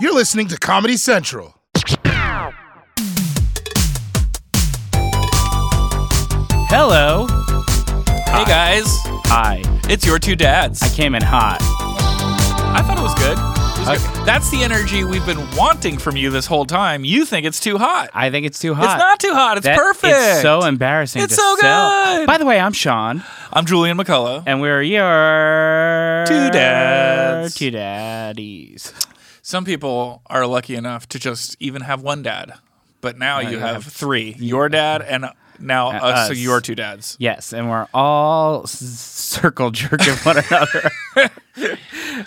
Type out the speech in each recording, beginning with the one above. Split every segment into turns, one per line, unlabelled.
You're listening to Comedy Central.
Hello. Hey guys,
Hi.
it's your two dads.
I came in hot.
I thought it was good. It was good. That's the energy we've been wanting from you this whole time. You think it's too hot.
I think it's too hot.
It's not too hot. It's
That-
perfect.
It's so embarrassing.
It's
to
so
sell.
good.
By the way, I'm Sean,
I'm Julian McCullough.
and we're your
Two dads.
two daddies.
Some people are lucky enough to just even have one dad, but now you have three: your dad and now us, So
us.
your two dads.
Yes, and we're all s- circle jerking one another.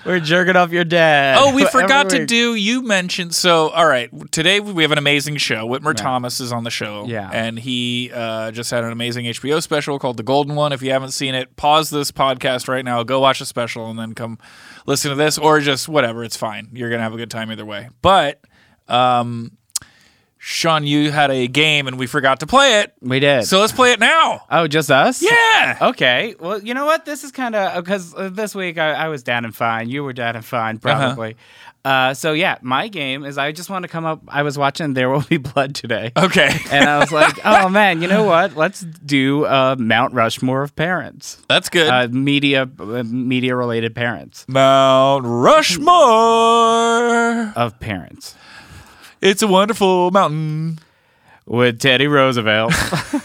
we're jerking off your dad.
Oh, we
Every
forgot to
week.
do. You mentioned so. All right, today we have an amazing show. Whitmer Thomas is on the show.
Yeah.
and he uh, just had an amazing HBO special called The Golden One. If you haven't seen it, pause this podcast right now. Go watch the special and then come listen to this, or just whatever. It's fine. You're gonna have a good time either way. But, um, Sean, you had a game and we forgot to play it,
We did.
so let's play it now.
oh, just us?
Yeah.
Okay. Well, you know what? This is kind of because uh, this week I, I was down and fine. You were down and
Uh-huh.
fine, probably. uh so yeah, my game is I just want to come up. I was watching There Will Be Blood today,
Okay,
and I was like, oh man, you know what? Let's do uh, Mount Rushmore of parents,
that's good.
uh, media, uh, media related parents
Mount Rushmore.
of parents
It's a wonderful mountain.
with Teddy Roosevelt.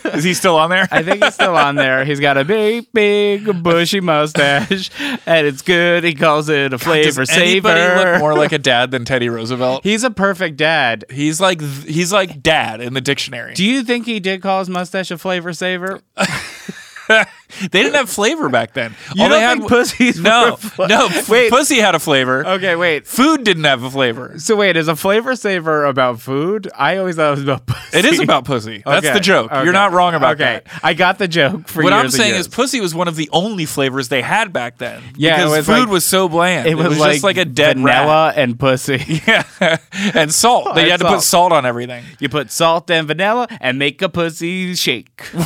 Is he still on there?
I think he's still on there. He's got a big, big, bushy mustache, and it's good. He calls it a
Does
flavor
anybody
saver.
look more like a dad than Teddy Roosevelt?
He's a perfect dad.
He's like th- he's like dad in the dictionary.
Do you think he did call his mustache a flavor saver?
they didn't have flavor back then.
You
All
don't
they had
think
wa-
pussies
No,
were-
no. f-
Wait.
pussy had a flavor.
Okay, wait.
Food didn't have a flavor.
So wait, is a flavor saver about food? I always thought it was about pussy.
It is about pussy. That's
Okay,
the joke.
okay,
You're not wrong about
okay.
that.
I got the joke for
What
years
I'm
and
saying is,
years.
pussy was one of the only flavors they had back then.
Yeah, it
because
was
food
like-
was so bland.
it was,
was
like
just like a dead
vanilla and pussy.
rat. Yeah, and salt. They
And
had to put
salt.
salt on everything.
You put salt and vanilla and make a pussy shake.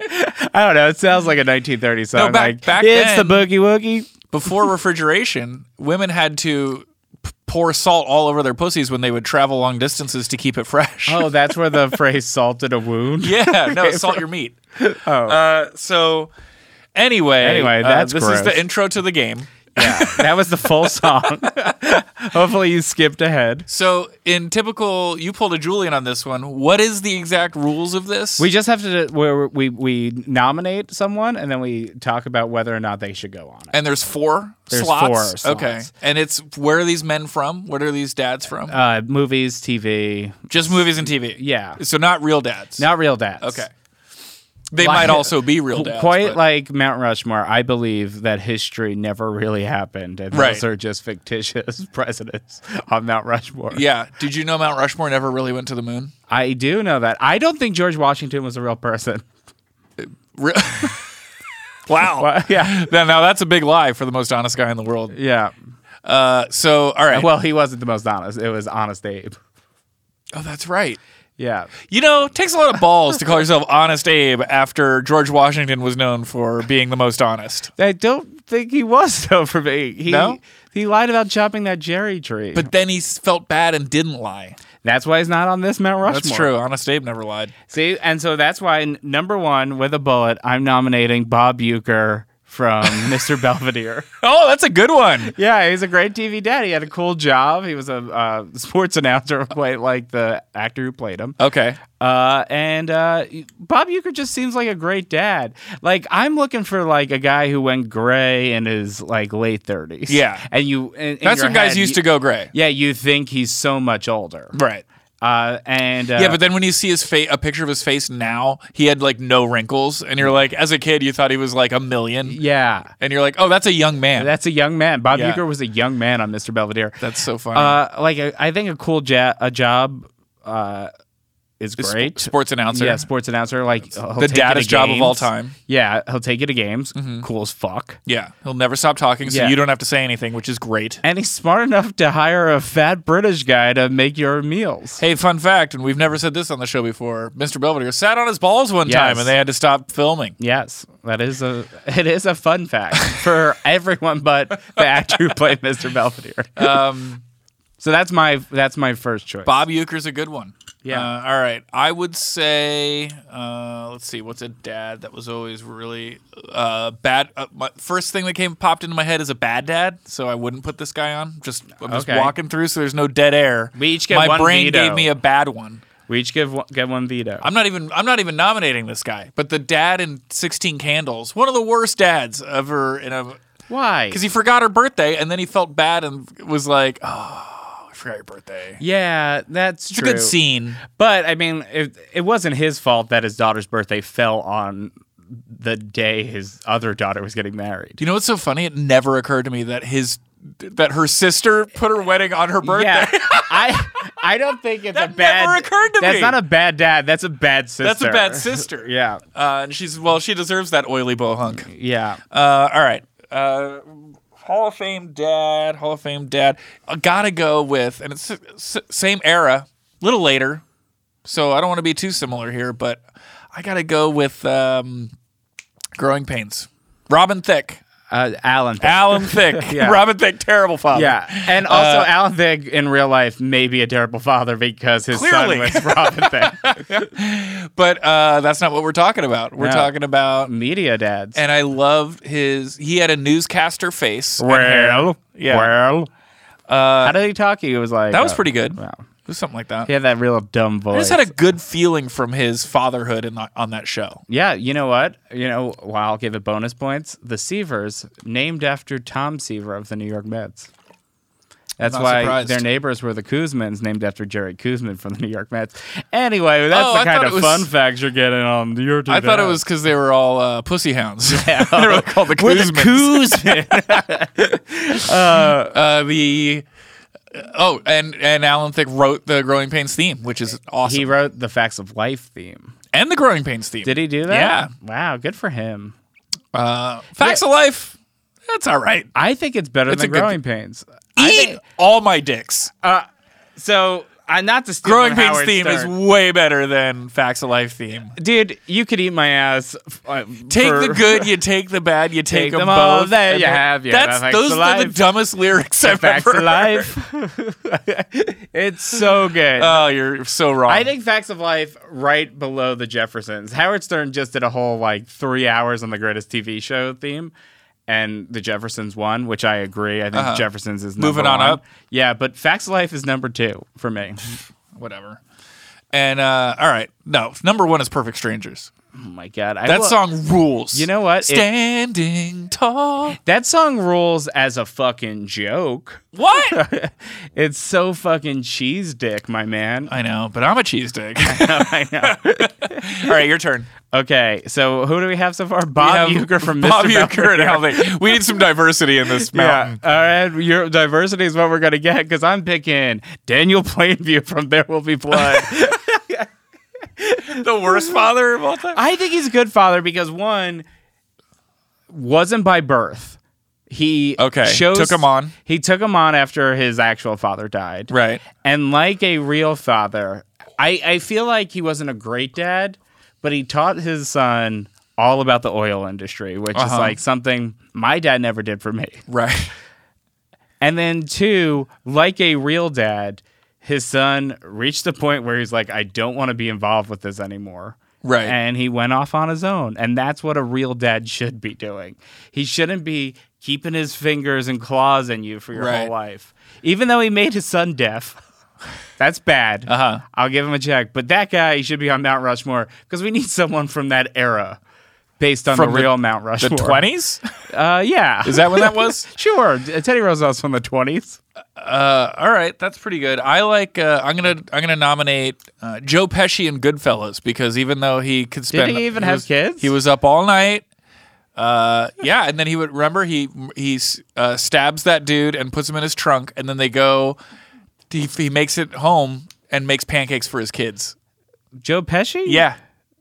I don't know. It sounds like a 1930s song.
back-
like,
back
it's
then-
the boogie woogie.
before refrigeration, women had to p- pour salt all over their pussies when they would travel long distances to keep it fresh.
Oh, that's where the phrase "salted a wound."
yeah, no, salt your meat. Oh. Uh, so anyway,
Anyway,
uh,
that's
this is
gross.
the intro to the game.
Yeah, that was the full song. Hopefully, you skipped ahead.
So in typical, you pulled a Julian on this one. What is the exact rules of this?
We just have to where we we nominate someone and then we talk about whether or not they should go on it.
and there's four
There's
slots.
four
Okay,
slots.
and it's where are these men from? What are these dads from?
Uh, movies, TV,
just movies and TV.
yeah.
So not real dads.
not real dads.
okay. They
Like-
might also be real dads.
Quite
but-
like Mount Rushmore, I believe that history never really happened, and
Right.
those are just fictitious presidents on Mount Rushmore.
Yeah. Did you know Mount Rushmore never really went to the moon?
I do know that. I don't think George Washington was a real person.
Re- wow.
Well, yeah,
Now, now that's a big lie for the most honest guy in the world.
yeah.
Uh, so, all right.
Well, he wasn't the most honest. It was Honest Abe.
oh, that's right.
Yeah,
You know, it takes a lot of balls to call yourself Honest Abe after George Washington was known for being the most honest.
I don't think he was though. For me, he
No?
he lied about chopping that Jerry tree.
But then he s- felt bad and didn't lie.
That's why he's not on this Mount Rushmore.
That's true. Honest Abe never lied.
See, and so that's why n- number one with a bullet, I'm nominating Bob Euchre from Mr. Belvedere.
Oh, that's a good one.
Yeah, he's a great TV dad. He had a cool job. He was a uh, sports announcer, quite like the actor who played him.
Okay.
Uh, and uh, Bob Euchre just seems like a great dad. Like I'm looking for like a guy who went gray in his like late 30s.
Yeah.
and you. In, in
That's
your
when guys
head,
used
you-
to go gray.
Yeah, you think he's so much older.
Right.
Uh, and uh,
Yeah, but then when you see his face, a picture of his face now, he had like no wrinkles, and you're like, as a kid, you thought he was like a million.
yeah.
and you're like, oh, that's a young man.
That's a young man. Bob
Yeah.
Euchre was a young man on Mr. Belvedere.
that's so funny.
Uh, like a, I think a cool ja- a job uh, is
Sp-
great.
sports announcer.
Yeah, sports announcer. Like he'll take
the
you to
daddest job of all
games.
time. Mm-hmm.
Yeah, he'll take you to games. Cool as fuck.
Yeah, he'll never stop talking, so
Yeah.
you don't have to say anything, which is great.
And he's smart enough to hire a fat British guy to make your meals.
Hey, fun fact, and we've never said this on the show before. Mr. Belvedere sat on his balls one time,
Yes.
and they had to stop filming.
Yes, that is a it is a fun fact for everyone but the actor who played Mr. Belvedere.
Um,
So that's my that's my first choice.
Bob Euchre's a good one.
Yeah.
Uh, all right. I would say, uh, let's see, what's a dad that was always really uh, bad? Uh, my first thing that came popped into my head is a bad dad, so I wouldn't put this guy on. Just I'm just
Okay.
walking through, so there's no dead air.
We each get
my
one
brain
veto.
gave me a bad one.
We each give one, get one veto.
I'm not even I'm not even nominating this guy, but the dad in 16 Candles, one of the worst dads ever in a
Why?
because he forgot her birthday and then he felt bad and was like, oh, I forgot your birthday.
yeah, that's
It's
true.
a good scene.
But I mean, it, it wasn't his fault that his daughter's birthday fell on the day his other daughter was getting married.
Do you know what's so funny? It never occurred to me that his that her sister put her wedding on her birthday.
Yeah, I I don't think it's
That
a bad.
never occurred to
that's
me.
not a bad dad. That's a bad sister.
That's a bad sister.
yeah,
Uh, and she's well, she deserves that oily bow hunk.
yeah.
Uh, all right. Uh, Hall of Fame dad, Hall of Fame dad. I gotta go with, and it's s- same era, little later. So I don't want to be too similar here, but I gotta go with um, Growing Pains. Robin Thicke,
Uh, Alan. Thicke.
Alan Thicke,
Yeah.
Robin Thicke, terrible father.
Yeah, and
uh,
also Alan Thicke in real life may be a terrible father because his
Clearly.
son was Robin Thicke.
But uh, that's not what we're talking about. We're
No.
talking about,
Media dads.
and I loved his. He had a newscaster face. and hair.
well,
Yeah.
well. Uh, How did he talk? He was like
that was
uh,
pretty good.
Wow.
It was something like that.
He had that real dumb voice.
I just had a good feeling from his fatherhood in the, on that show.
Yeah, you know what? You know, well, I'll give it bonus points. The Seavers, named after Tom Seaver of the New York Mets. That's
not
why
surprised.
their neighbors were the Kuzmans, named after Jerry Kuzman from the New York Mets. Anyway, that's
Oh,
the
I
kind
thought
of
it was-
fun facts you're getting on your.
I thought it was because they were all uh, pussy hounds. Yeah, they were called the
We're the
Kuzmans. Uh, the oh, and and Alan Thicke wrote the Growing Pains theme, which is awesome,
he wrote the Facts of Life theme.
and the Growing Pains theme.
Did he do that?
Yeah.
Wow, good for him.
Uh, Facts of Life. That's all right.
I think it's E better
It's
than
a good-
Growing Pains. I
Eat
think-
all my dicks.
so, I'm not to steal
Growing
from
Pains
Howard
theme
Stern.
is way better than Facts of Life theme.
dude, you could eat my ass. uh,
Take
for-
the good, you take the bad, you take,
Take them all
both.
that
and
you
then-
have, yeah,
that's
that makes
those
the
are the
life.
dumbest lyrics I've
Facts
ever
of Life. it's so good.
heard. Oh, you're so wrong.
I think Facts of Life right below the Jeffersons. Howard Stern just did a whole like three hours on the greatest TV show theme, and the Jeffersons won, which I agree. I think Jeffersons is number
Uh-huh. Moving on
one.
up.
Yeah, but Facts of Life is number two for me.
whatever. And uh, all right, no, number one is Perfect Strangers.
oh my god, I
That
will-
song rules.
You know what? It-
Standing tall.
That song rules as a fucking joke.
What?
It's so fucking cheese dick, my man.
I know, but I'm a cheese dick. all
I know.
right, your turn.
Okay, so who do we have so far? Bob
We have
Uecker from Mr.
Bob Euchre and
Belvedere.
Al Thicke. We need some diversity in this
Yeah.
mountain.
All right. Your diversity is what we're going to get because I'm picking Daniel Plainview from There Will Be Blood.
The worst father of all time.
I think he's a good father because one wasn't by birth. He
Okay,
chose,
took him on.
He took him on after his actual father died.
Right.
And like a real father, I, I feel like he wasn't a great dad, but he taught his son all about the oil industry, which is
Uh-huh.
like something my dad never did for me.
Right.
And then two, like a real dad, his son reached the point where he's like, I don't want to be involved with this anymore.
Right.
And he went off on his own. And that's what a real dad should be doing. He shouldn't be keeping his fingers and claws in you for your
Right.
whole life. Even though he made his son deaf. That's bad.
Uh-huh.
I'll give him a check. But that guy he should be on Mount Rushmore because we need someone from that era based on
From
the
the-
real Mount
The
Rushmore.
20s?
Uh, yeah.
Is that when that was?
Sure, Teddy Roosevelt's from the twenties.
Uh, all right, that's pretty good. I like. Uh, I'm gonna. I'm gonna nominate uh, Joe Pesci in Goodfellas because even though he could spend,
he even have
was-
kids?
He was up all night. Uh, yeah, and then he would remember he he uh, stabs that dude and puts him in his trunk, and then they go. He, he makes it home and makes pancakes for his kids.
Joe Pesci?
Yeah,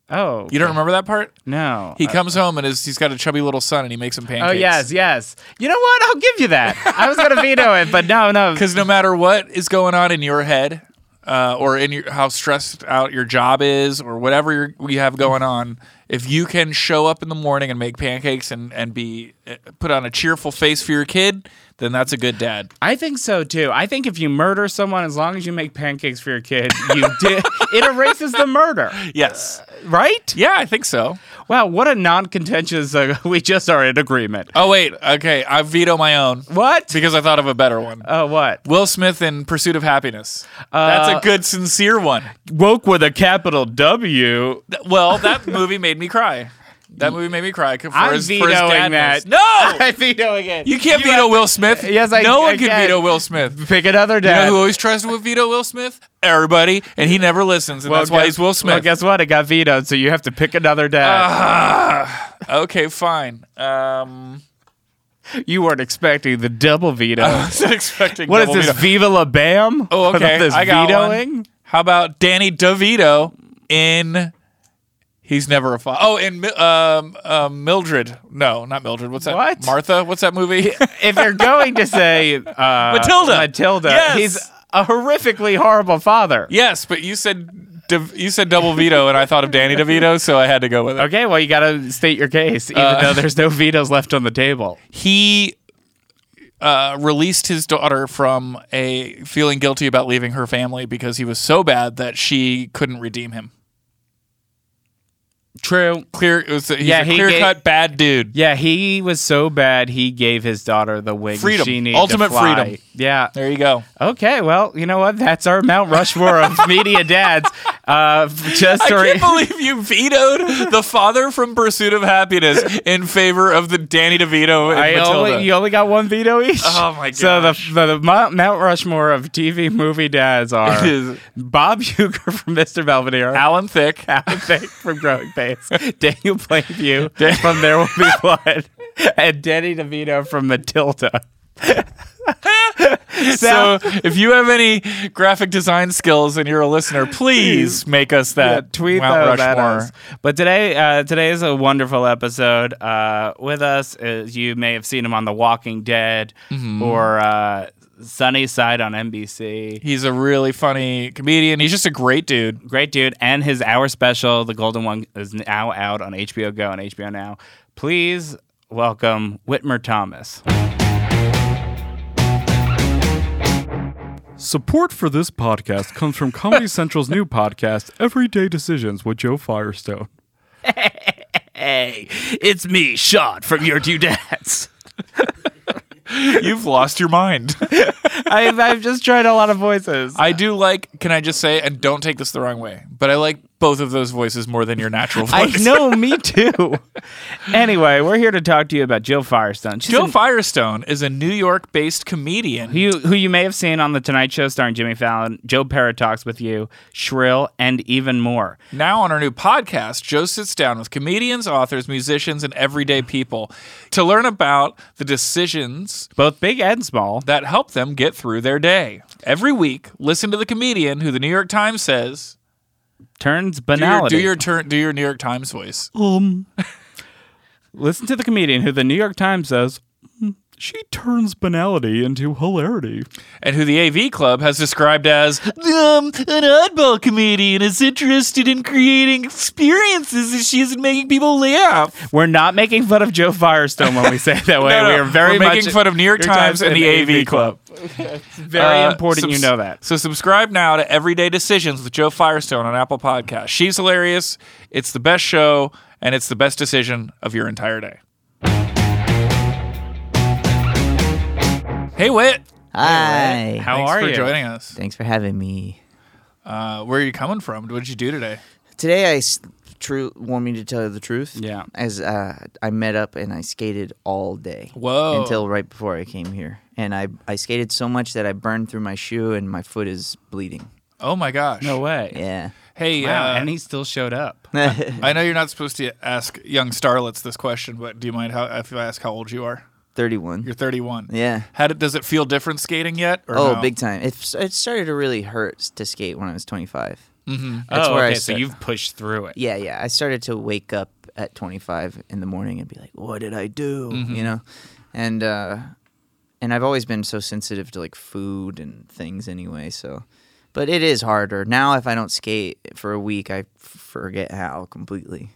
Oh,
you don't remember that part?
no.
He comes home and his, he's got a chubby little son, and he makes him pancakes.
Uh, oh yes, yes. You know what? I'll give you that. I was gonna veto it, but no, no.
because no matter what is going on in your head uh, or in your, how stressed out your job is or whatever you're, you have going on if you can show up in the morning and make pancakes and and be uh, put on a cheerful face for your kid, then that's a good dad.
I think so too. I think if you murder someone, as long as you make pancakes for your kid, you did it erases the murder,
Yes.
right?
Uh, Yeah, I think so.
Wow, what a non-contentious. Uh, we just are in agreement.
Oh wait, okay, I veto my own
What?
because I thought of a better one.
Oh, what?
Will Smith in Pursuit of Happiness. That's a good, sincere one.
Woke with a capital W.
Th- Well, that movie made me cry. That movie made me cry. For
I'm
his, for his
vetoing
dad
that.
No,
I veto again.
you can't veto Will Smith.
Uh, Yes, I-
No
I
one can,
can.
veto Will Smith.
pick another
You
dad.
know who always tries to veto Will Smith? Everybody, and he never listens, and
Well,
that's why
guess-
he's Will
Well,
Smith.
guess what? It got vetoed, so you have to pick another dad.
okay, fine. Um,
you weren't expecting the double veto.
I was expecting
What is
double
this?
veto.
Viva la Bam?
Oh,
About
okay,
This
I got one.
vetoing.
How about Danny DeVito in? He's never a father. Oh, in Mi- um, um, Mildred. No, not Mildred. What's that?
What?
Martha. What's that movie?
If you're going to say uh,
Matilda.
Matilda,
Yes.
he's a horrifically horrible father.
yes, but you said De- you said double veto, and I thought of Danny DeVito, so I had to go with it.
Okay, well, you got to state your case, even
Uh,
though there's no vetoes left on the table.
he uh, released his daughter from a feeling guilty about leaving her family because he was so bad that she couldn't redeem him.
True.
Clear, it was, he's
Yeah,
a
he
clear cut
gave-
bad dude.
Yeah, he was so bad he gave his daughter the wings
Freedom.
she needed.
Ultimate
to fly.
freedom.
Yeah.
There you go.
Okay. Well, you know what? That's our Mount Rushmore of media dads. Uh, just to
I
re-
can't believe you vetoed the father from Pursuit of Happiness in favor of the Danny DeVito and
I
Matilda.
only, you only got one veto each.
Oh, my
So the, the the Mount Mount Rushmore of TV movie dads
It
are
is
Bob Uecker from Mr. Belvedere,
Alan Thick.
Alan Thicke from Growing Pains, Daniel Plainview from There Will Be Blood, and Danny DeVito from Matilda.
So if you have any graphic design skills and you're a listener, please make us
Yeah,
that
tweet
Mount
those at
Rushmore.
us. But today, uh, today is a wonderful episode. Uh, with us, is, you may have seen him on The Walking Dead or uh, Sunny Side on NBC.
He's a really funny comedian. He's just a great dude.
Great dude, and his hour special, The Golden One, is now out on HBO Go and HBO Now. Please welcome Whitmer Thomas.
Support for this podcast comes from Comedy Central's new podcast, Everyday Decisions with Joe Firestone.
Hey, it's me, Sean from Your Two Dads.
You've lost your mind.
I've, I've just tried a lot of voices.
I do like, can I just say, and don't take this the wrong way, but I like both of those voices more than your natural
I
voice.
know, me too. anyway, we're here to talk to you about Jill Firestone. She's
Joe
an-
Firestone is a New York based comedian.
who you, who you may have seen on The Tonight Show starring Jimmy Fallon, Joe Parra talks with you, Shrill, and even more.
Now on our new podcast, Joe sits down with comedians, authors, musicians, and everyday people to learn about the decisions
Both big and small.
that help them get through their day. Every week, listen to the comedian who the New York Times says,
Turns
do your,
banality.
do your turn, do your New York Times voice.
Listen to the comedian who the New York Times says,
She turns banality into hilarity.
and who the AV Club has described as um, an oddball comedian is interested in creating experiences that she is in making people laugh.
We're not making fun of Joe Firestone when we say it that way.
No, no,
we are very
we're making
much
fun of New York Times and the AV Club.
Very
Uh,
important you
subs-
know that.
So subscribe now to Everyday Decisions with Joe Firestone on Apple Podcasts. She's hilarious. It's the best show, and it's the best decision of your entire day. Hey, Whit.
Hi.
How
Thanks
are
for
you?
joining us.
Thanks for having me.
Uh, where are you coming from? What did you do today?
Today, I s- true want me to tell you the truth.
Yeah.
As uh, I met up and I skated all day.
Whoa.
Until right before I came here, and I I skated so much that I burned through my shoe and my foot is bleeding.
Oh my gosh.
No way.
Yeah.
Hey,
Wow, E
uh,
and he still showed up.
I know you're not supposed to ask young starlets this question, but do you mind how, if I ask how old you are?
Thirty-one.
You're 31.
yeah.
How did, does it feel different skating yet? Or
Oh,
no?
big time! It s- it started to really hurt s- to skate when I was twenty-five. Mm-hmm. That's
oh,
where
okay.
I
so
sta-
you've pushed through it.
Yeah, yeah. I started to wake up at 25 in the morning and be like, "What did I do?" You know, and uh, and I've always been so sensitive to like food and things anyway. So, but it is harder now. If I don't skate for a week, I f- forget how completely.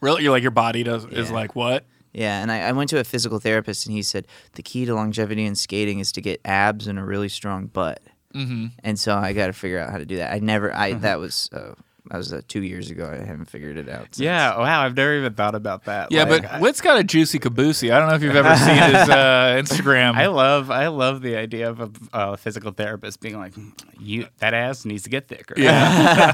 Really, you're like your body does is
Yeah.
like what?
Yeah, and I, I went to a physical therapist, and he said the key to longevity in skating is to get abs and a really strong butt. Mm-hmm. And so I got to figure out how to do that. I never, I that was uh, that was uh, two years ago. I haven't figured it out. since.
Yeah. Wow. I've never even thought about that.
Yeah,
Like,
but Witt's got a juicy caboosey. I don't know if you've ever seen his uh, Instagram.
I love I love the idea of a uh, physical therapist being like, you that ass needs to get thicker.
yeah.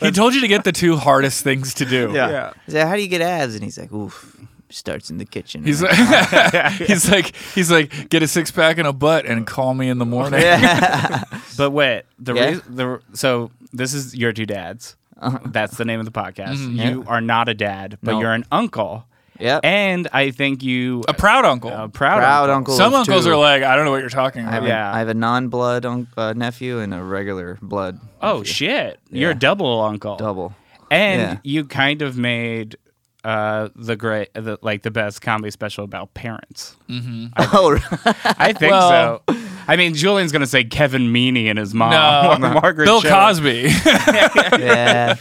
he told you to get the two hardest things to do.
Yeah.
I said, how do you get abs? And he's like, oof, starts in the kitchen.
He's like, he's like, he's like, get a six pack and a butt and call me in the morning.
But wait, the
Yeah. Uh-huh.
reas- the so this is your two dads. That's the name of the podcast. You
Mm-hmm. Yeah.
are not a dad, but
No.
you're an uncle.
Yep.
And I think you uh,
A proud uncle.
a proud,
proud
uncle.
uncle.
Some
of
uncles
two.
are like, I don't know what you're talking
I
about.
have,
Yeah.
a, I have a non-blood un- uh, nephew and a regular blood.
Oh
nephew.
shit! You're a double uncle.
double.
And
Yeah.
you kind of made uh the great the, like the best comedy special about parents.
Oh,
I think
Well-
so. I mean, Julian's gonna say Kevin Meaney and his mom,
No,
or Margaret
Bill
Cho.
Cosby.
yeah,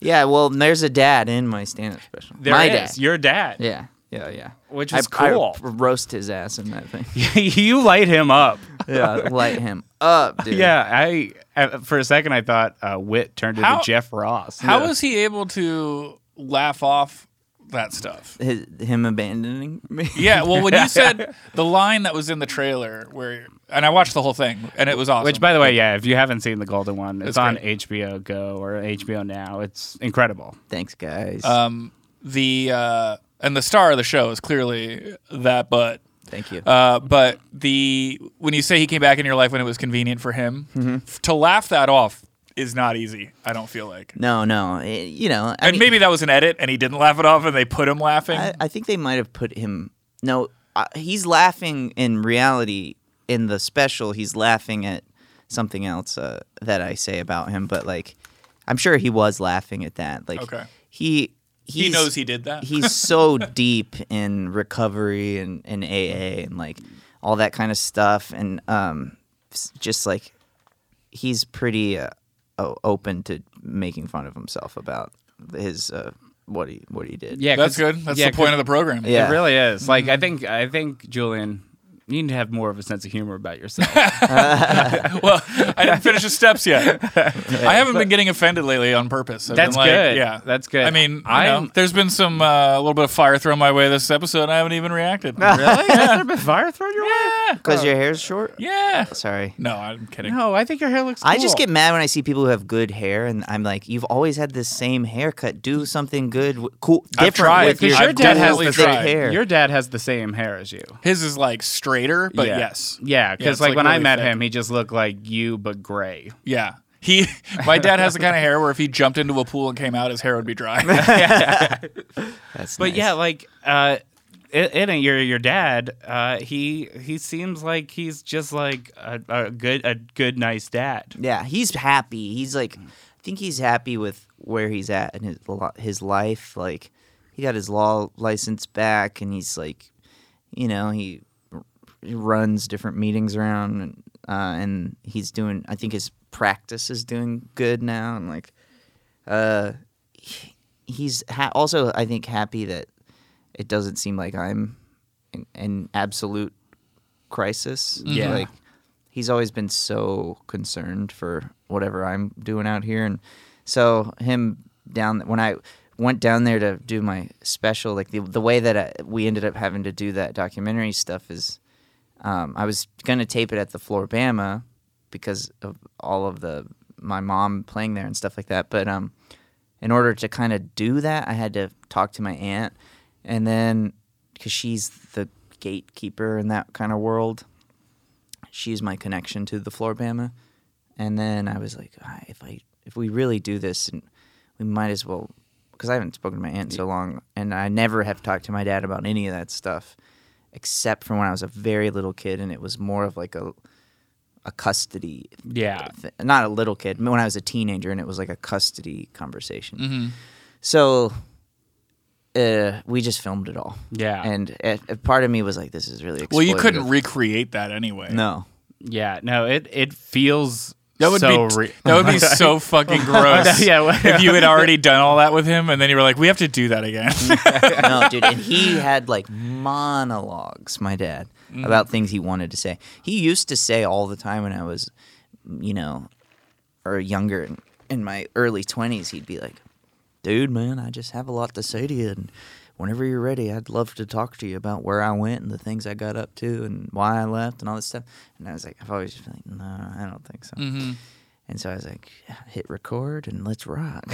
yeah. Well, there's a dad in my stand-up special.
There
my
it
dad.
is, your dad.
Yeah, yeah, yeah.
Which
I-
is
I,
cool.
roast his ass in that thing.
you light him up.
Yeah, light him up, dude.
Yeah, I uh, for a second I thought uh, Wit turned into
How-
Jeff Ross.
How was he able to laugh off that stuff?
His, him abandoning me.
Yeah, well, when you said the line that was in the trailer, where and I watched the whole thing, and it was awesome.
Which, by the way, yeah, if you haven't seen the Golden One, it's,
It's
on
great.
HBO Go or HBO Now. It's incredible.
Thanks, guys.
um, the uh, and the star of the show is clearly that, but
Thank you.
uh, but the when you say he came back in your life when it was convenient for him, f- to laugh that off is not easy. I don't feel like,
no, no. eh, you know, I
and
mean,
maybe that was an edit, and he didn't laugh it off, and they put him laughing.
I, I think they might have put him. No, uh, he's laughing in reality. In the special, he's laughing at something else uh, that I say about him. But like, I'm sure he was laughing at that. Like,
Okay.
he
he
he's-
knows he did that.
he's so deep in recovery and, and AA and like all that kind of stuff and um s- just like he's pretty uh, o- open to making fun of himself about his uh, what he what he did.
Yeah,
That's good. That's the point of the program.
Yeah.
It really is. Like
Mm-hmm.
I think I think Julian, you need to have more of a sense of humor about yourself.
well, I didn't finish the steps yet. I haven't been getting offended lately on purpose. I've
That's
been like,
good.
Yeah,
That's good.
I mean, I
I'm-
know, there's been some uh, a little bit of fire thrown my way this episode. and I haven't even reacted.
really? Has there been fire thrown your way?
Because your hair's short?
yeah.
Sorry.
No, I'm kidding.
No, I think your hair looks.
I just
cool.
get mad when I see people who have good hair, and I'm like, "You've always had this same haircut. Do something good, w- cool,
I've
different
tried.
with your
Because
your
cool,
dad has the
thick
same-
hair."
Your dad has the same hair as you.
His is like straighter, but
Yeah.
yes,
Yeah,
Yeah,
because
it's,
like,
like,
when I
really
met
thick.
him, he just looked like you but gray.
yeah. He, my dad has the kind of hair where if he jumped into a pool and came out, his hair would be dry.
That's
But
nice.
yeah, like uh, it, it ain't your your dad. Uh, he he seems like he's just like a, a good a good nice dad.
Yeah, he's happy. He's like, I think he's happy with where he's at in his lo- his life. Like, he got his law license back, and he's like, you know, he, he runs different meetings around, and uh, and he's doing. I think his practice is doing good now, and like, uh, he- he's ha- also I think happy that it doesn't seem like I'm in, in absolute crisis.
Yeah.
like he's always been so concerned for whatever I'm doing out here, and so him down when I went down there to do my special, like the the way that I, we ended up having to do that documentary stuff is, um, I was gonna tape it at the Floribama because of all of the my mom playing there and stuff like that, but um, in order to kind of do that, I had to talk to my aunt, and then because she's the gatekeeper in that kind of world she's my connection to the Floribama. And then I was like, "Ah, if I if we really do this, and we might as well, because I haven't spoken to my aunt in so long, and I never have talked to my dad about any of that stuff, except for when I was a very little kid, and it was more of like a a custody,
Yeah.
thi- not a little kid, when I was a teenager, and it was like a custody conversation. So uh, we just filmed it all.
Yeah.
and a, a part of me was like, this is really
well, you couldn't
exploitative.
recreate that anyway.
no.
Yeah, no, it it feels
That would
so
be
re-
that would be so fucking gross.
Yeah, well-
if you had already done all that with him, and then you were like, "We have to do that again."
no, dude. And he had like monologues, my dad,
Mm.
about things he wanted to say. He used to say all the time when I was, you know, or younger in, in my early 20s, he'd be like, dude, man, I just have a lot to say to you. And whenever you're ready, I'd love to talk to you about where I went and the things I got up to and why I left and all this stuff. And I was like, I've always been like, no, I don't think so.
Mm-hmm.
And so I was like, hit record and let's rock.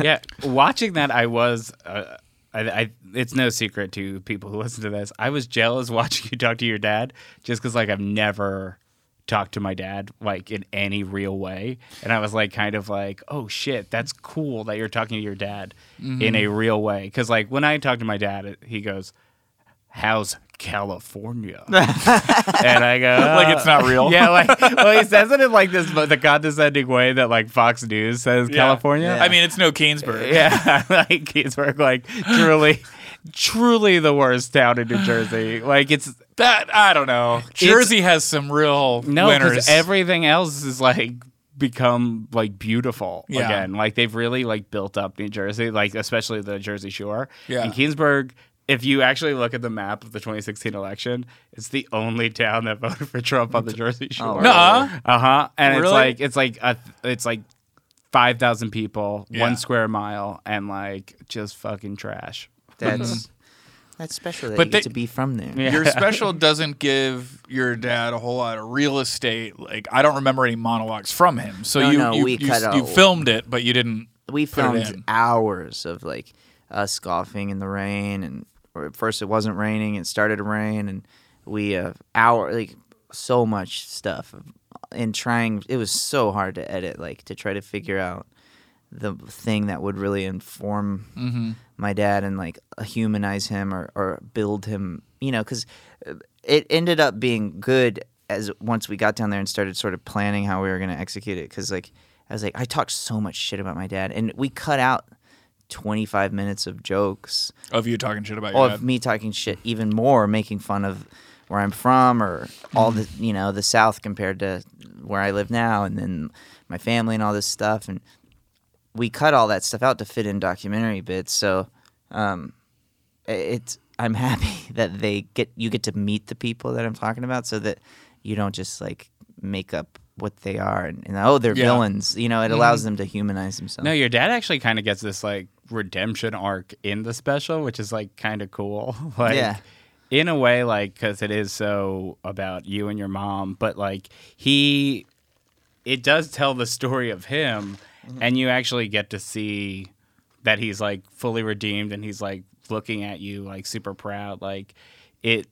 yeah, watching that, I was. Uh, I, I, it's no secret to people who listen to this. I was jealous watching you talk to your dad, just because like I've never talked to my dad like in any real way, and I was like kind of like, oh shit, that's cool that you're talking to your dad
Mm-hmm.
in a real way, because like when I talk to my dad, it- he goes, "How's California?" and I go, "Uh,
like it's not real.
yeah, like well, he says it in like this, but the condescending way that like Fox News says
Yeah.
California.
I mean, it's no Keensburg.
Yeah, like Keysburg, like truly, truly the worst town in New Jersey. Like it's
That I don't know. Jersey has some real
no,
winners.
because everything else is like become like beautiful
Yeah.
again. Like they've really like built up New Jersey, like especially the Jersey Shore.
Yeah.
and Keysburg. If you actually look at the map of the 2016 election, it's the only town that voted for Trump on the Jersey Shore.
Nuh-uh.
Uh huh. And
Oh, Really?
it's like it's like a, it's like five thousand people,
Yeah.
one square mile, and like just fucking trash.
That's that's special that
But
you get
they-
to be from there.
Your special doesn't give your dad a whole lot of real estate. Like I don't remember any monologues from him. So
No,
you
no,
you,
we
you,
cut
you
out-
filmed it, but you didn't.
We
put it
filmed
in.
hours of like us scoffing in the rain, and or at first it wasn't raining, it started to rain, and we uh, hour like so much stuff, and trying. It was so hard to edit, like to try to figure out the thing that would really inform my dad and like humanize him or, or build him, you know, because it ended up being good as once we got down there and started sort of planning how we were going to execute it. Because like I was like, I talked so much shit about my dad, and we cut out 25 minutes of jokes
of you talking shit about your
of
dad.
me talking shit even more, making fun of where I'm from or all the you know the South compared to where I live now, and then my family and all this stuff. And we cut all that stuff out to fit in documentary bits. So um, i- it's I'm happy that they get you get to meet the people that I'm talking about, so that you don't just like make up what they are and, and oh they're
Yeah. Mm-hmm.
villains. You know, it allows them to humanize themselves.
No, your dad actually kind of gets this like redemption arc in the special, which is like kind of cool. like
Yeah.
in a way, like because it is so about you and your mom, but like he, it does tell the story of him,
Mm-hmm.
and you actually get to see that he's like fully redeemed, and he's like looking at you like super proud, like it.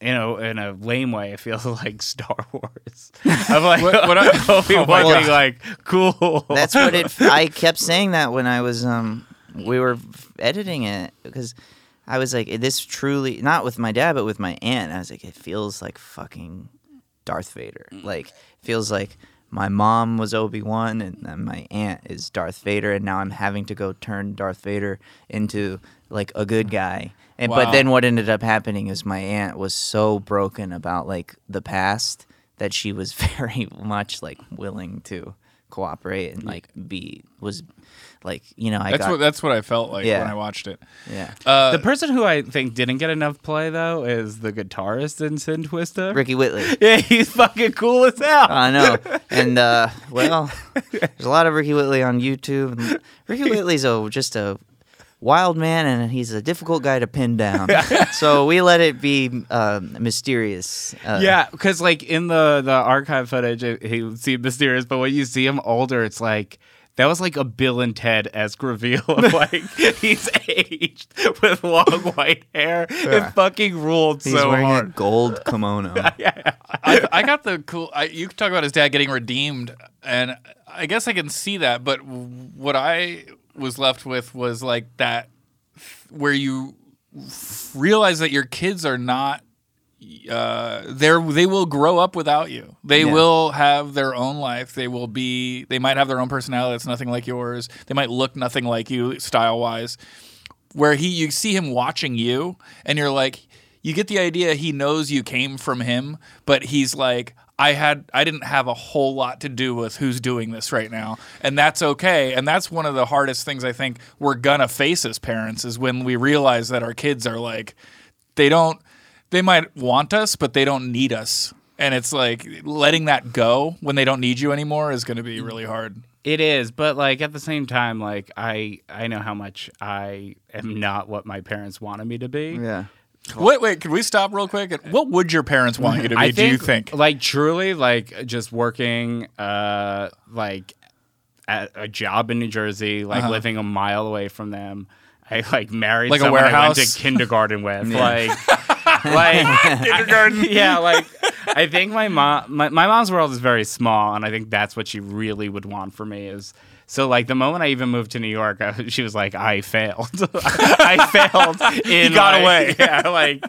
You know, in a lame way, it feels like Star Wars. I'm like,
What- what I-
Obi
Oh my
Wan being like, cool.
That's what it. I kept saying that when I was um, we were editing it because I was like, this truly not with my dad, but with my aunt. I was like, it feels like fucking Darth Vader. Like, feels like my mom was Obi Wan and then my aunt is Darth Vader, and now I'm having to go turn Darth Vader into like a good guy. And
Wow.
but then what ended up happening is my aunt was so broken about like the past that she was very much like willing to cooperate and like be was like you know I
That's
got
what that's what I felt like
Yeah.
when I watched it.
yeah
Uh,
The person who I think didn't get enough play though is the guitarist in Sin Twister.
Ricky Whitley.
Yeah, he's fucking cool as hell.
I know. And uh, well, there's a lot of Ricky Whitley on YouTube. And Ricky Whitley's a just a wild man, and he's a difficult guy to pin down. so we let it be um mysterious. Uh,
yeah, because like in the the archive footage, it, he seemed mysterious, but when you see him older, it's like. That was like a Bill and Ted esque reveal of like he's aged with long white hair.
Yeah.
It fucking ruled
he's
so
wearing
hard.
a gold kimono.
I, I got the cool. I, you talk about his dad getting redeemed, and I guess I can see that. But what I was left with was like that, where you f- realize that your kids are not. Uh, they're they will grow up without you. They
Yeah.
will have their own life. They will be. They might have their own personality that's nothing like yours. They might look nothing like you style wise where he you see him watching you and you're like you get the idea he knows you came from him but he's like I had I didn't have a whole lot to do with who's doing this right now, and that's okay. And that's one of the hardest things I think we're gonna face as parents is when we realize that our kids are like, they don't, they might want us, but they don't need us. And it's like letting that go when they don't need you anymore is going to be really hard.
It is, but like at the same time, like I I know how much I am not what my parents wanted me to be.
Yeah.
Wait, wait, can we stop real quick? What would your parents want you to be?
I
do you think?
like truly like just working uh like at a job in New Jersey, like living a mile away from them. I like married
Uh-huh. Like a
someone I went
warehouse?
to kindergarten with. Like like kindergarten. yeah, like I think my mom my, my mom's world is very small and I think that's what she really would want for me is so like the moment I even moved to New York, I, she was like, "I failed. I failed." In
got
like-
away.
Yeah, like,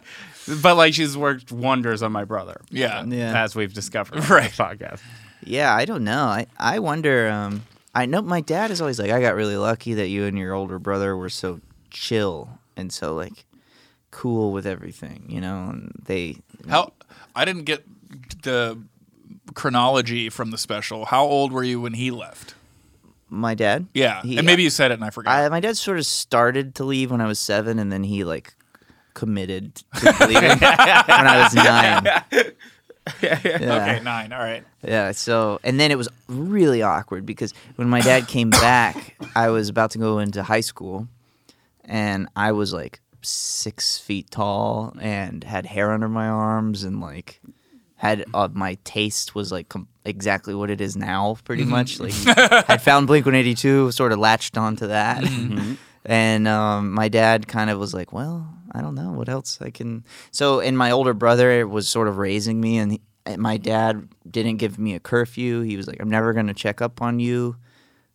but like she's worked wonders on my brother
Yeah.
Yeah.
as we've discovered on this
Right.
podcast.
Yeah, I don't know. I, I wonder. Um, I know my dad is always like, I got really lucky that you and your older brother were so chill and so like cool with everything, you know. And they,
How I didn't get the chronology from the special. How old were you when he left?
my dad,
Yeah,
He- uh,
and maybe you said it and I forgot.
I, my dad sort of started to leave when I was seven, and then he like committed to leaving when I was nine. Yeah.
okay, nine. All right.
Yeah, so and then it was really awkward because when my dad came back, I was about to go into high school and I was like six feet tall and had hair under my arms and like had uh, my taste was like com- exactly what it is now, pretty much. Like I found Blink One Eighty Two, sort of latched onto that, and um, my dad kind of was like, "Well, I don't know what else I can." So, and my older brother was sort of raising me, and, he, and my dad didn't give me a curfew. He was like, "I'm never going to check up on you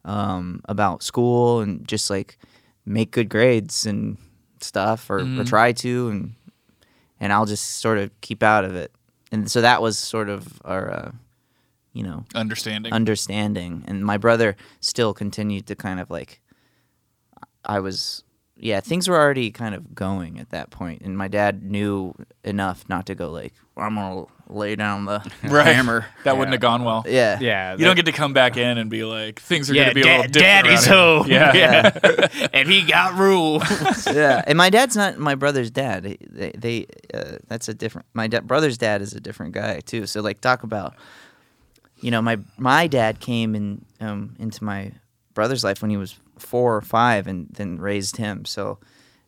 um, about school, and just like make good grades and stuff, or, or try to." And and I'll just sort of keep out of it. And so that was sort of our, uh, you know,
Understanding.
understanding. And my brother still continued to kind of like, I was, yeah, things were already kind of going at that point. And my dad knew enough not to go like, I'm gonna lay down the
right.
hammer.
That wouldn't have gone well.
Yeah,
Yeah,
You don't get to come back in and be like, things are
Yeah,
going to be
da-
a little different.
daddy's
around
home.
here. Yeah.
and he got rule.
yeah. And my dad's not my brother's dad. They, they uh, that's a different. My da- brother's dad is a different guy too. So like, talk about, you know, my my dad came in um, into my brother's life when he was four or five, and then raised him. So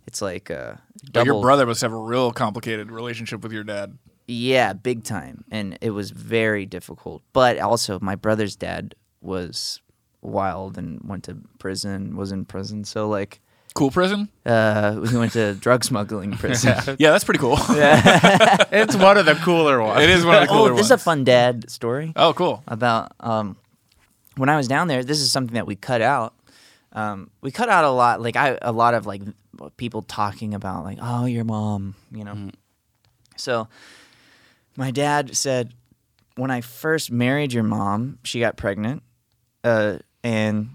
it's like uh,
But Oh, your
double-
brother must have a real complicated relationship with your dad.
yeah, big time. And it was very difficult. But also, my brother's dad was wild and went to prison. Was in prison. So like.
Cool prison?
Uh, he went to drug smuggling prison.
Yeah, that's pretty cool.
it's one of the cooler ones.
it is one of the
oh,
cooler
this
ones.
is a fun dad story
oh, cool.
about um, when I was down there. This is something that we cut out. Um, we cut out a lot, like I a lot of like people talking about like, oh, your mom, you know. So my dad said, when I first married your mom, she got pregnant, uh, and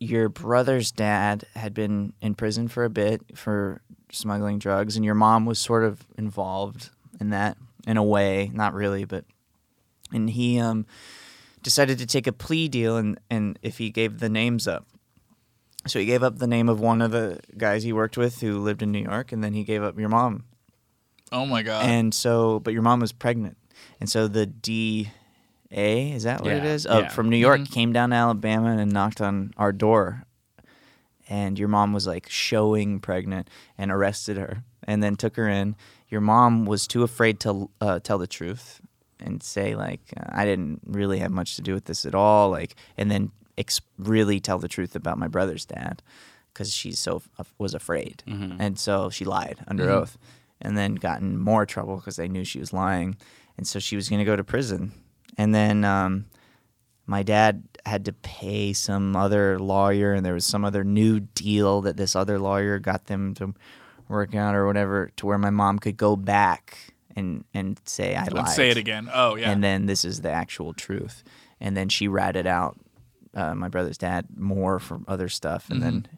your brother's dad had been in prison for a bit for smuggling drugs, and your mom was sort of involved in that in a way, not really, but and he um, decided to take a plea deal, and and if he gave the names up, so he gave up the name of one of the guys he worked with who lived in New York, and then he gave up your mom
Oh, my God.
and so but your mom was pregnant and so the da is that what it
Yeah,
is uh,
yeah.
from new york came down to alabama and knocked on our door and your mom was like showing pregnant and arrested her and then took her in your mom was too afraid to uh, tell the truth and say like i didn't really have much to do with this at all like and then ex- really tell the truth about my brother's dad because she so f- was afraid, and so she lied under oath, and then got in more trouble because they knew she was lying, and so she was going to go to prison, and then um, my dad had to pay some other lawyer, and there was some other new deal that this other lawyer got them to work out or whatever, to where my mom could go back and and say I lied,
Let's say it again. Oh, yeah.
and then this is the actual truth. And then she ratted out uh, my brother's dad more for other stuff, and then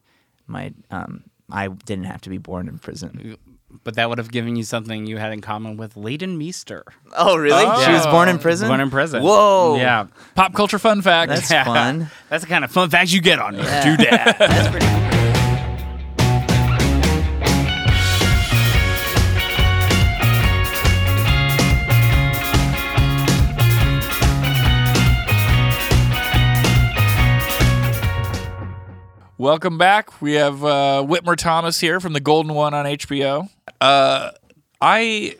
my um, I didn't have to be born in prison.
but that would have given you something you had in common with Leighton Meester.
Oh, really? She was born in
Oh.
prison.
Born in prison.
Whoa.
Yeah.
Pop culture fun fact.
That's fun.
That's the kind of fun facts you get on here.
Yeah.
Do that.
That's pretty.
Welcome back. We have uh, Whitmer Thomas here from the Golden One on HBO. Uh, I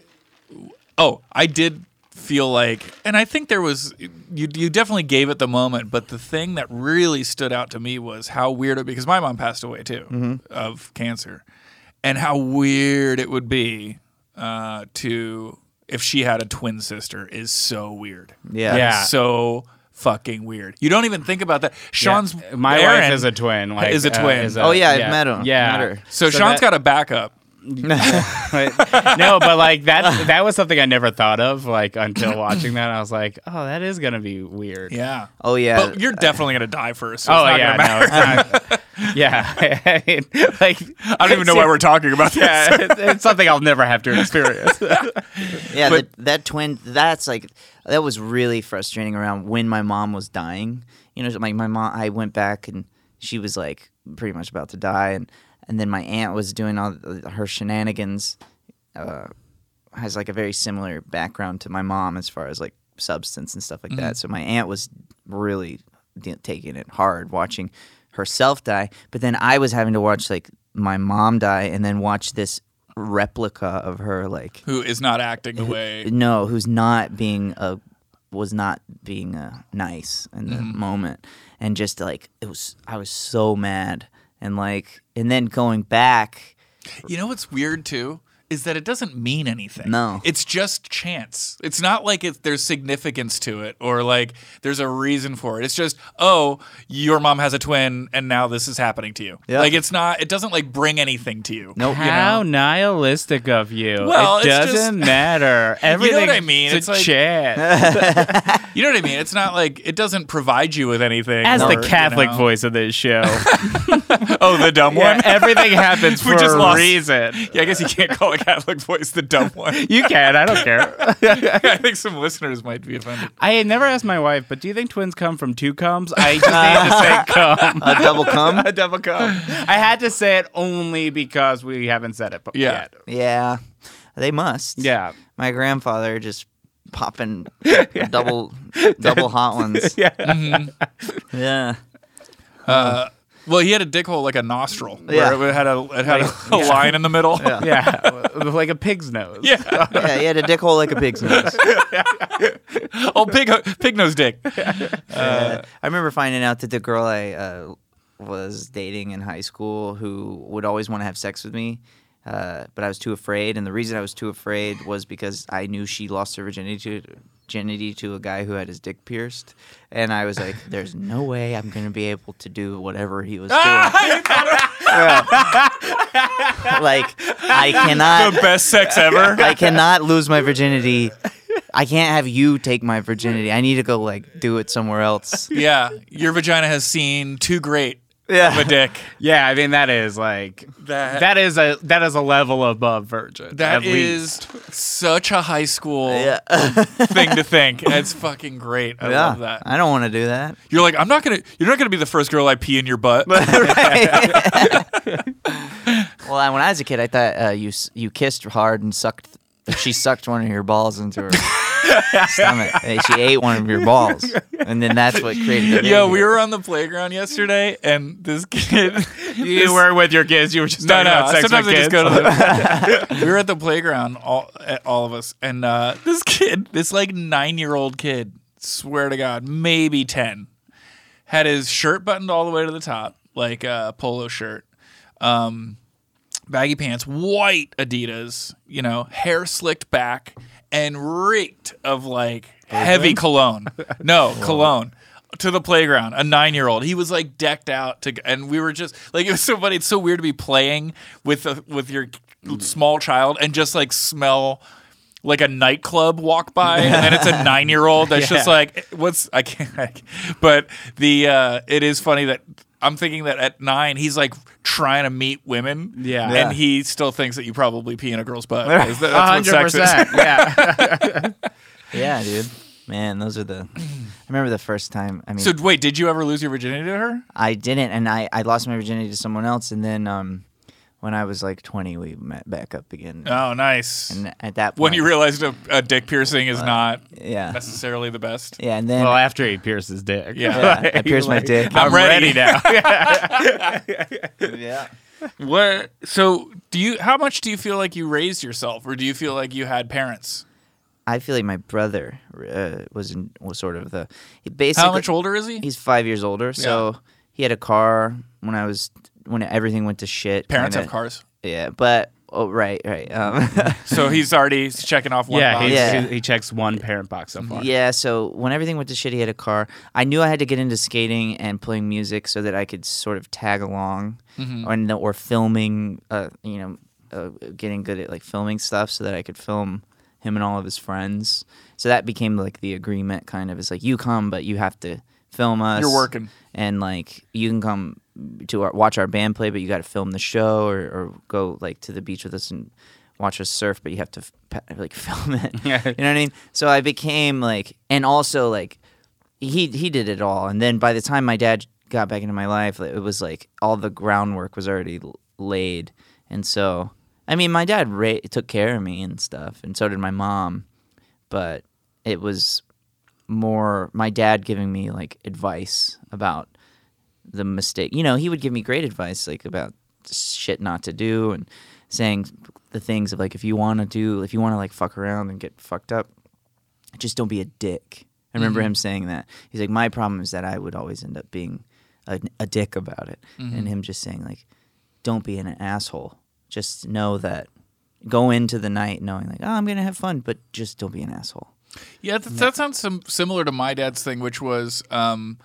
oh, I did feel like, and I think there was you. You definitely gave it the moment, but the thing that really stood out to me was how weird it because my mom passed away too of cancer, and how weird it would be uh, to if she had a twin sister is so weird.
Yeah.
Yeah.
so fucking weird. You don't even think about that. Sean's
Yeah. my
Aaron
wife is a twin. Like, uh,
is a twin.
Oh, yeah, I've met him.
Yeah.
Met her.
So,
Sean's
Sean's got a backup.
got no, but like that that was something I never thought of like until watching that. I was like, oh, that is gonna be weird.
Yeah.
Oh yeah.
But you're definitely gonna die first. So
Oh
it's not
yeah,
gonna matter.
no, it's not, yeah. I mean, like
I don't even know why we're Oh, talking about this.
yeah, it's, it's something I'll never have to experience.
Yeah, that, that twin. That's like that was really frustrating around when my mom was dying. You know, like my mom. I went back and she was like pretty much about to die, and and then my aunt was doing all th- her shenanigans. Uh, has like a very similar background to my mom as far as like substance and stuff like that. So my aunt was really d- taking it hard watching herself die, but then I was having to watch like my mom die and then watch this replica of her like
Who is not acting the way
no, who's not being a was not being uh nice in the
Mm-hmm.
moment, and just like it was, I was so mad, and like, and then going back,
You know what's weird too? Is that it doesn't mean anything.
No.
It's just chance. It's not like it, there's significance to it or like there's a reason for it. It's just, oh, your mom has a twin and now this is happening to you.
Yeah.
Like it's not, it doesn't like bring anything to you.
nope,
How nihilistic of you!
Well,
it
it's just-
doesn't matter. Everything
I mean?
It's
It's
a
like-
chance.
You know what I mean? It's not like, it doesn't provide you with anything.
As
or,
the
you
Catholic
know-
voice of this show,
Oh, the dumb one?
yeah, everything happens
We
for
just
a
lost-
reason.
Yeah, I guess you can't call a Catholic voice the dumb one.
You can. I don't care.
I think some listeners might be offended.
I had never asked my wife, but do you think twins come from two comes? I just need to say cum.
a double cum,
A double cum. I had to say it only because we haven't said it
Yeah.
yet.
yeah, they must,
Yeah.
My grandfather just popping double double hot ones, yeah, yeah.
Well, he had a dick hole like a nostril,
Yeah.
where it had a it had a, a line in the middle. Yeah.
Yeah. like a pig's nose.
yeah, he had a dick hole like a pig's nose.
oh, pig pig nose dick.
Uh, I remember finding out that the girl I uh, was dating in high school who would always want to have sex with me, uh, but I was too afraid. And the reason I was too afraid was because I knew she lost her virginity to, virginity to a guy who had his dick pierced. And I was like, there's no way I'm going to be able to do whatever he was doing. Yeah. like, I cannot.
Best sex ever.
I cannot lose my virginity. I can't have you take my virginity. I need to go like do it somewhere else.
Yeah, your vagina has seen too great
Yeah.
of a dick.
Yeah, I mean that is like
That-
that is a that is a level above virgin.
That
at least.
is such a high school
Yeah.
thing to think. It's fucking great. I
yeah.
love that.
I don't want to do that.
You're like, I'm not gonna. You're not gonna be the first girl I pee in your butt.
Well, I, when I was a kid, I thought uh, you s- you kissed hard and sucked. She sucked one of your balls into her stomach. And she ate one of your balls, and then that's what created. The
Yo, we
video.
were on the playground yesterday, and this kid.
You were with your kids. You were just
No,
talking
no.
about sex
Sometimes
with
I just
kids.
go to the. we were at the playground, all eh, all of us, and uh, this kid, this like nine year old kid, swear to God, maybe ten, had his shirt buttoned all the way to the top, like a polo shirt, um, baggy pants, white Adidas, you know, hair slicked back, and reeked of like heavy cologne. No cologne. To the playground, a nine-year-old. He was like decked out to, and we were just like it was so funny. It's so weird to be playing with a, with your small child and just like smell like a nightclub walk by and then it's a nine year old that's just like what's I can't, I can't- but the uh it is funny that I'm thinking that at nine he's like trying to meet women.
Yeah.
And
Yeah.
he still thinks that you probably pee in a girl's butt. Is that- that's what sex is.
Yeah.
yeah, dude. Man, those are the. I remember the first time. I mean,
So wait, did you ever lose your virginity to her?
I didn't, and I, I lost my virginity to someone else, and then um, when I was like 20, we met back up again.
Oh, nice.
and at that point,
when you realized a, a dick piercing is not
yeah,
necessarily the best.
yeah, and then
well, after he pierces dick.
Yeah.
yeah, I pierced my dick.
I'm ready.
now.
yeah.
What? So do you? How much do you feel like you raised yourself, or do you feel like you had parents?
I feel like my brother uh, was in, was sort of the he basically.
How much older is he?
He's five years older, so he had a car when I was when everything went to shit.
Parents
kinda.
have cars,
Yeah, but oh right, right. Um,
so he's already checking off one.
Yeah,
box.
he's,
Yeah.
He, he checks one parent box so far.
Yeah, so when everything went to shit, he had a car. I knew I had to get into skating and playing music so that I could sort of tag along, and or filming, uh, you know, uh, getting good at like filming stuff so that I could film him and all of his friends. So that became like the agreement, kind of. It's like you come, but you have to film us.
You're working.
and like you can come to our, watch our band play, but you got to film the show or, or go like to the beach with us and watch us surf, but you have to f- pa- like film it.
Yeah.
You know what I mean? So I became like, and also like, he he did it all, and then by the time my dad got back into my life, it was like all the groundwork was already l- laid, and so I mean, my dad ra- took care of me and stuff, and so did my mom, but it was more my dad giving me like advice about the mistake. You know, he would give me great advice like about shit not to do and saying the things of like if you want to do if you want to like fuck around and get fucked up, just don't be a dick. I
Mm-hmm.
remember him saying that. He's like my problem is that I would always end up being a, a dick about it
Mm-hmm.
and him just saying like don't be an asshole. Just know that go into the night knowing like oh I'm going to have fun but just don't be an asshole.
Yeah, that, that sounds some, similar to my dad's thing, which was um,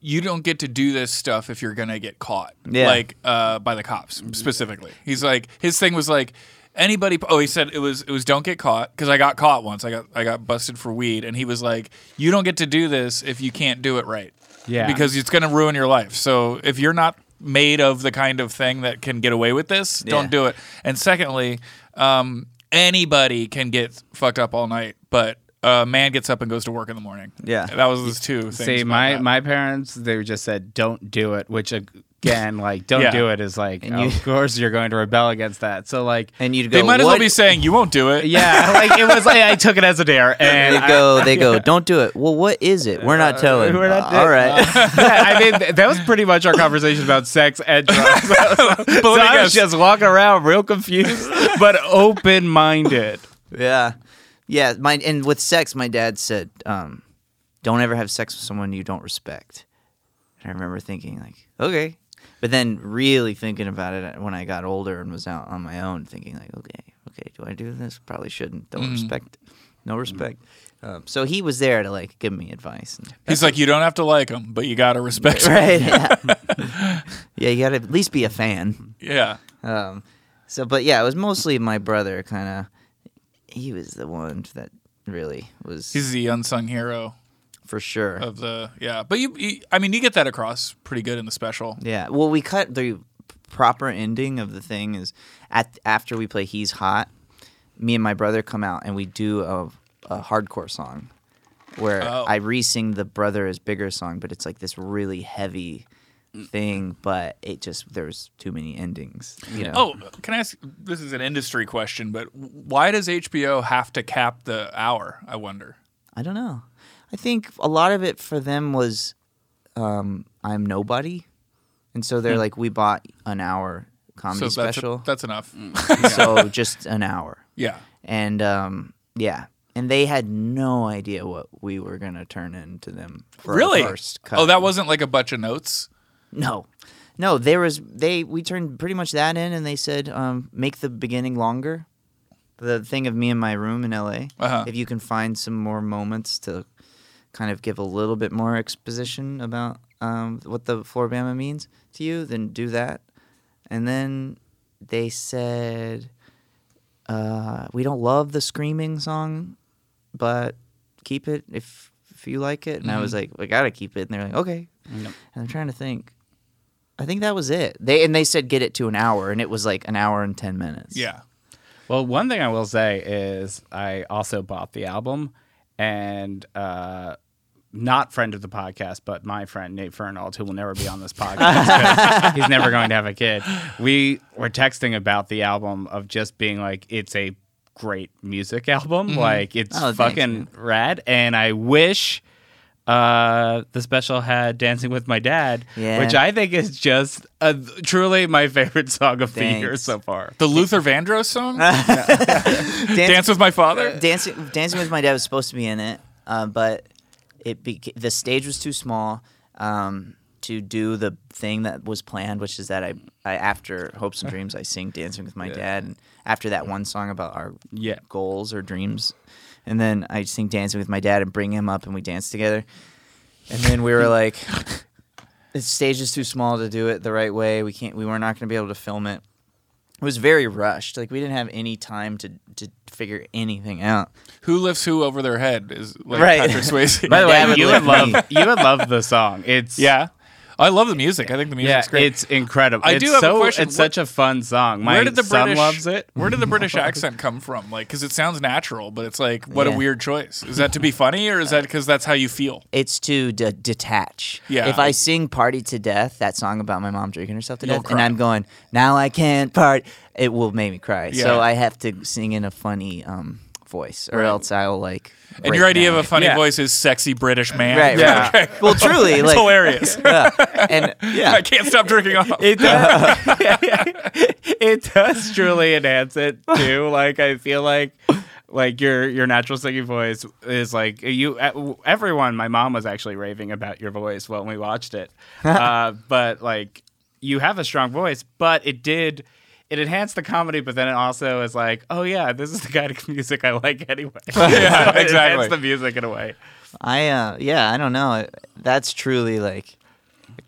you don't get to do this stuff if you're gonna get caught,
Yeah.
like uh, by the cops specifically. He's like, his thing was like anybody. Oh, he said it was it was don't get caught because I got caught once. I got I got busted for weed, and he was like, you don't get to do this if you can't do it right.
Yeah.
because it's gonna ruin your life. So if you're not made of the kind of thing that can get away with this, don't
Yeah.
do it. And secondly, um, anybody can get fucked up all night, but a man gets up and goes to work in the morning.
Yeah.
that was his two things.
See,
about
my,
that.
my parents, they just said, don't do it, which again, like, don't
Yeah.
do it is like,
And you-
of course you're going to rebel against that. So, like,
And you'd go
they might as well
"What
be saying you won't do it.
yeah, like, it was like, I took it as a dare. And
they
I- Uh,
go, they go, don't do it. Well, what is it? We're not telling. Uh,
We're not Uh.
All right.
yeah, I mean, th- that was pretty much our conversation about sex and drugs. so I was
Bodegas.
just walking around real confused, but open minded.
yeah. Yeah. My, and with sex, my dad said, um, don't ever have sex with someone you don't respect. And I remember thinking, like, okay. But then really thinking about it uh, when I got older and was out on my own, thinking, like, okay, okay, do I do this? Probably shouldn't.
Mm.
Don't respect. No respect. Um, so he was there to, like, give me advice. And,
He's like, you don't have to like him, but you gotta respect him.
right. Yeah. yeah. You got to at least be a fan.
Yeah,
Um, so, but yeah, it was mostly my brother. Kind of, he was the one that really was
he's the unsung hero
for sure.
of the yeah. But you, you, I mean, you get that across pretty good in the special.
yeah. Well, we cut the proper ending of the thing is at after we play "He's Hot." Me and my brother come out and we do a, a hardcore song where
Oh.
I re-sing the "Brother Is Bigger" song, but it's like this really heavy
Mm.
thing. But it just there's too many endings. You know?
Oh, can I ask? This is an industry question, but why does HBO have to cap the hour? I wonder.
I don't know. I think a lot of it for them was um, I'm nobody, and so they're like, we bought an hour comedy
Hmm. so that's,
special,
that's enough.
so just an hour,
Yeah.
and um, yeah, and they had no idea what we were gonna turn into them. For our
Really?
first cut.
Oh, that wasn't like a bunch of notes.
no. No, there was they. We turned pretty much that in, and they said, um, "Make the beginning longer." The thing of me in my room in L.A.
Uh-huh.
If you can find some more moments to kind of give a little bit more exposition about um, what the Floribama means to you, then do that. And then they said, uh, "We don't love the screaming song, but keep it
Mm-hmm.
if if you like it." And I was like, "We gotta keep it." And they're like, "Okay." And I'm trying to think. I think that was it. They and they said get it to an hour, and it was like an hour and ten minutes.
Yeah.
Well, one thing I will say is I also bought the album, and uh, not friend of the podcast, but my friend Nate Fernald, who will never be on this podcast, 'cause he's never going to have a kid. We were texting about the album of just being like, it's a great music album, like it's
Oh, thanks,
fucking
man.
rad, and I wish. Uh, the special had "Dancing with My Dad,"
Yeah.
which I think is just a, truly my favorite song of the year
Thanks.
so far.
The Luther Vandross song?
Dance,
Dance with My
Uh,
Father?
Dancing Dancing with My Dad was supposed to be in it, uh, but it beca- the stage was too small um, to do the thing that was planned, which is that I, I after Hopes and Dreams I sing Dancing with My Dad, and after that one song about our
Yeah.
goals or dreams, and then I sing Dancing with My Dad and bring him up and we dance together, and then we were like, the stage is too small to do it the right way. We can't. We were not going to be able to film it it was very rushed. Like we didn't have any time to to figure anything out.
Who lifts who over their head is like
Right.
Patrick Swayze.
By the
dad
way,
would
you would
lick
love
me.
you would love the song. It's
yeah. I love the music. I think the
yeah,
music's great.
it's incredible.
I
it's
do have a
so,
question.
It's
What-
such a fun song. My
where did the
son
British
loves it.
Where did the British accent come from? Like, because it sounds natural, but it's like, what a
Yeah.
weird choice. Is that to be funny, or is that because that's how you feel?
It's to d- detach.
Yeah.
If I sing "Party to Death," that song about my mom drinking herself to
You'll
death, and
cry.
I'm going now I can't part, it will make me cry.
Yeah.
So I have to sing in a funny um, voice, or else I'll like.
And your idea of a funny
Yeah.
voice is sexy British man.
right,
Yeah.
right. Well, truly,
It's
like,
hilarious.
yeah. and yeah,
I can't stop drinking off.
It does, it does truly enhance it too. Like I feel like like your your natural singing voice is like you e, everyone my mom was actually raving about your voice when we watched it uh, but like you have a strong voice but it did it enhanced the comedy but then it also is like oh yeah this is the kind of music i like anyway
Yeah,
It enhanced
exactly.
the music in a way
I uh, yeah, I don't know. That's truly like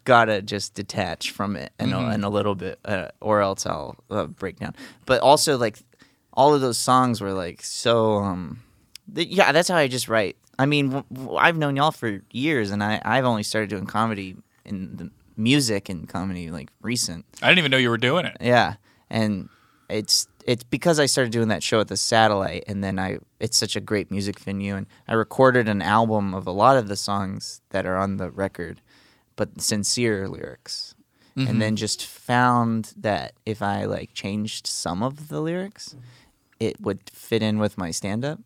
gotta just detach from it and, a, and a little bit, uh, or else I'll uh, break down. But also like all of those songs were like so. um th- Yeah, that's how I just write. I mean, w- w- I've known y'all for years, and I I've only started doing comedy in the music and comedy like recent.
I didn't even know you were doing it.
Yeah, and it's it's because I started doing that show at the Satellite, and then I it's such a great music venue, and I recorded an album of a lot of the songs that are on the record, but sincere lyrics, and then just found that if I like changed some of the lyrics, it would fit in with my stand up.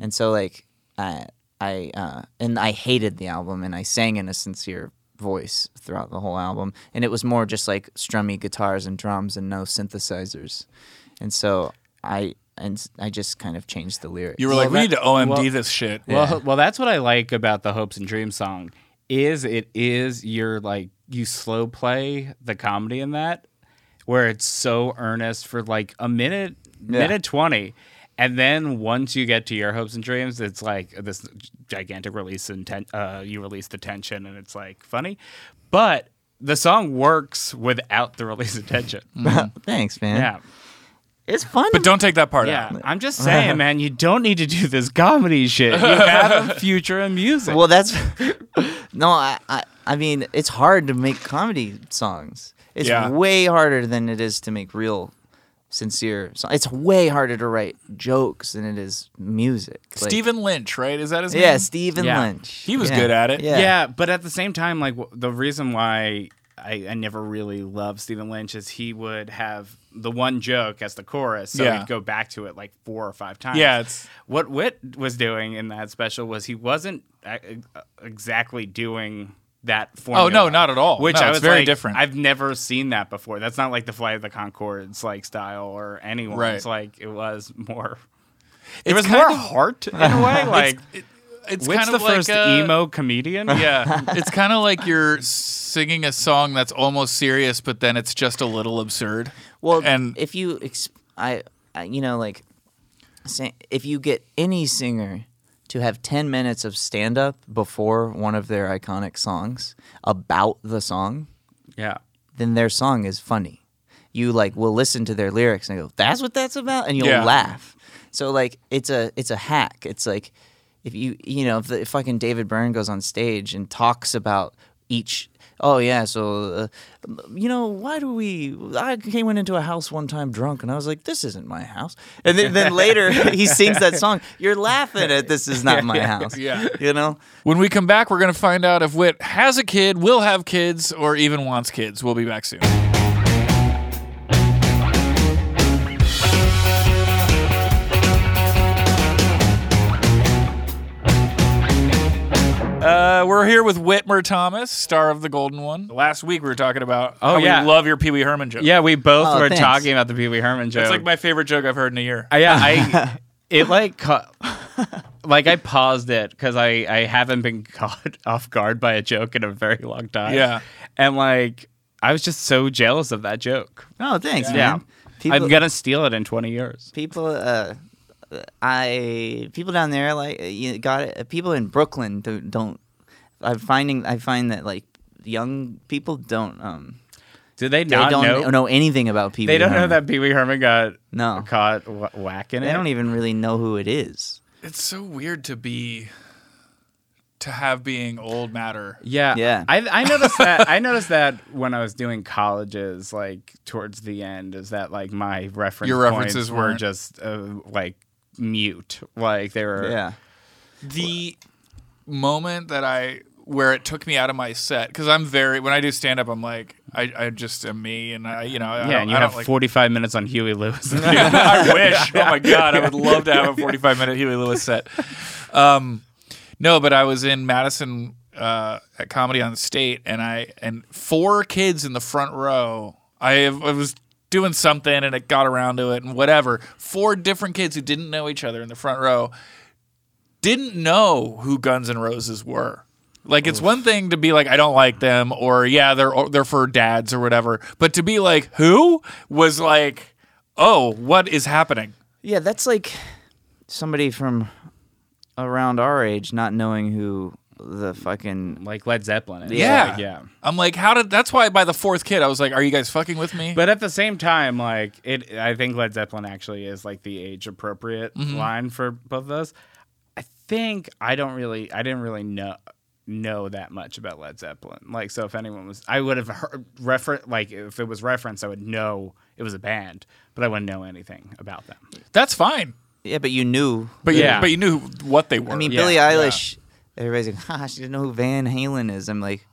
And so like I I uh and I hated the album and I sang in a sincere voice throughout the whole album and it was more just like strummy guitars and drums and no synthesizers. And so I and I just kind of changed the lyrics.
You were like, we need to OMD this shit.
Well, well, that's what I like about the hopes and dreams song is it is your like you slow play the comedy in that where it's so earnest for like a minute minute 20 and then once you get to your hopes and dreams it's like this gigantic release in ten, uh, you release the tension and it's like funny but the song works without the release of tension
Thanks, man.
yeah
It's fun.
but don't take that part
yeah
out.
i'm just saying man you don't need to do this comedy shit you have a future in music
well that's No, I, I I mean it's hard to make comedy songs. It's
Yeah.
way harder than it is to make real sincere songs. It's way harder to write jokes than it is music. Like-
Stephen Lynch, right? Is that his name?
Yeah, Stephen
Yeah.
Lynch.
He was
Yeah.
good at it.
Yeah.
Yeah, but at the same time, like w- the reason why I, I never really loved Stephen Lynch is he would have the one joke as the chorus, so
Yeah.
he'd go back to it like four or five times.
Yeah, it's-
what Witt was doing in that special was he wasn't uh, exactly doing that formula.
Oh, no, not at all.
Which
No,
I
it's
was
very
like,
different.
I've never seen that before. That's not like the Flight of the Concords like style or anyone's.
Right.
Like it was more.
It's
It was
kind
more
of-
heart in a way. Like Witt's
It's kind of
the
like
first
uh,
emo comedian.
Yeah, it's kind of like you're singing a song that's almost serious, but then it's just a little absurd.
Well,
and
if you ex- I, I you know like sa- if you get any singer to have 10 minutes of stand up before one of their iconic songs about the song,
yeah.
then their song is funny. You like will listen to their lyrics and go, "That's what that's about," and you'll
Yeah.
laugh. So like it's a it's a hack. It's like if you you know if, the, if fucking David Byrne goes on stage and talks about each. Oh yeah, so uh, you know why do we? I came went into a house one time drunk, and I was like, "This isn't my house." And then, then later he sings that song. You're laughing at "This is not my house."
yeah.
you know.
When we come back, we're going to find out if Wit has a kid, will have kids, or even wants kids. We'll be back soon. Uh, we're here with Whitmer Thomas, star of The Golden One. Last week we were talking about oh, how
yeah.
we love your Pee Wee Herman joke.
Yeah, we both
Oh,
were
thanks.
talking about the Pee Wee Herman joke.
It's like my favorite joke I've heard in a year.
Uh, yeah, I it like ca- like I paused it because I I haven't been caught off guard by a joke in a very long time.
Yeah.
and like I was just so jealous of that joke.
Oh, thanks,
Yeah,
man. People,
I'm gonna steal it in 20 years.
people. Uh, I people down there like uh, you got it. uh, People in Brooklyn don't. don't I'm finding. I find that like young people don't. Um,
Do they
they
not
don't
know?
know, anything about people.
They don't know that Pee Wee Herman got
No.
caught wh- whacking
They
it.
don't even really know who it is.
It's so weird to be, to have being old matter.
Yeah,
Yeah.
I, I noticed that. I noticed that when I was doing colleges, like towards the end, is that like my reference
Your
points
references
were
weren't-
just uh, like mute, like they were.
Yeah.
the moment that I where it took me out of my set because I'm very when I do stand up I'm like I, I just am me and I you know I
Yeah,
don't,
and you
I don't
have
like,
45 minutes on Huey Lewis.
I wish oh my god I would love to have a 45 minute Huey Lewis set um no but I was in Madison uh, at Comedy on State and I and four kids in the front row I, I was doing something and it got around to it and whatever four different kids who didn't know each other in the front row didn't know who Guns N' Roses were. Like it's one thing to be like I don't like them or yeah they're they're for dads or whatever, but to be like who was like oh what is happening?
Yeah, that's like somebody from around our age not knowing who the fucking
like Led Zeppelin. is.
Yeah.
Like, yeah.
I'm like how did that's why by the fourth kid I was like are you guys fucking with me?
But at the same time, like it, I think Led Zeppelin actually is like the age appropriate line for both of us. I think I don't really, I didn't really know know that much about Led Zeppelin. Like, so if anyone was, I would have heard refer like if it was referenced, I would know it was a band, but I wouldn't know anything about them.
that's fine.
Yeah, but you knew.
But
Yeah.
you, but you knew what they were.
I mean,
Yeah,
Billie
yeah.
Eilish. Everybody's like, "Ha, she didn't know who Van Halen is." I'm like,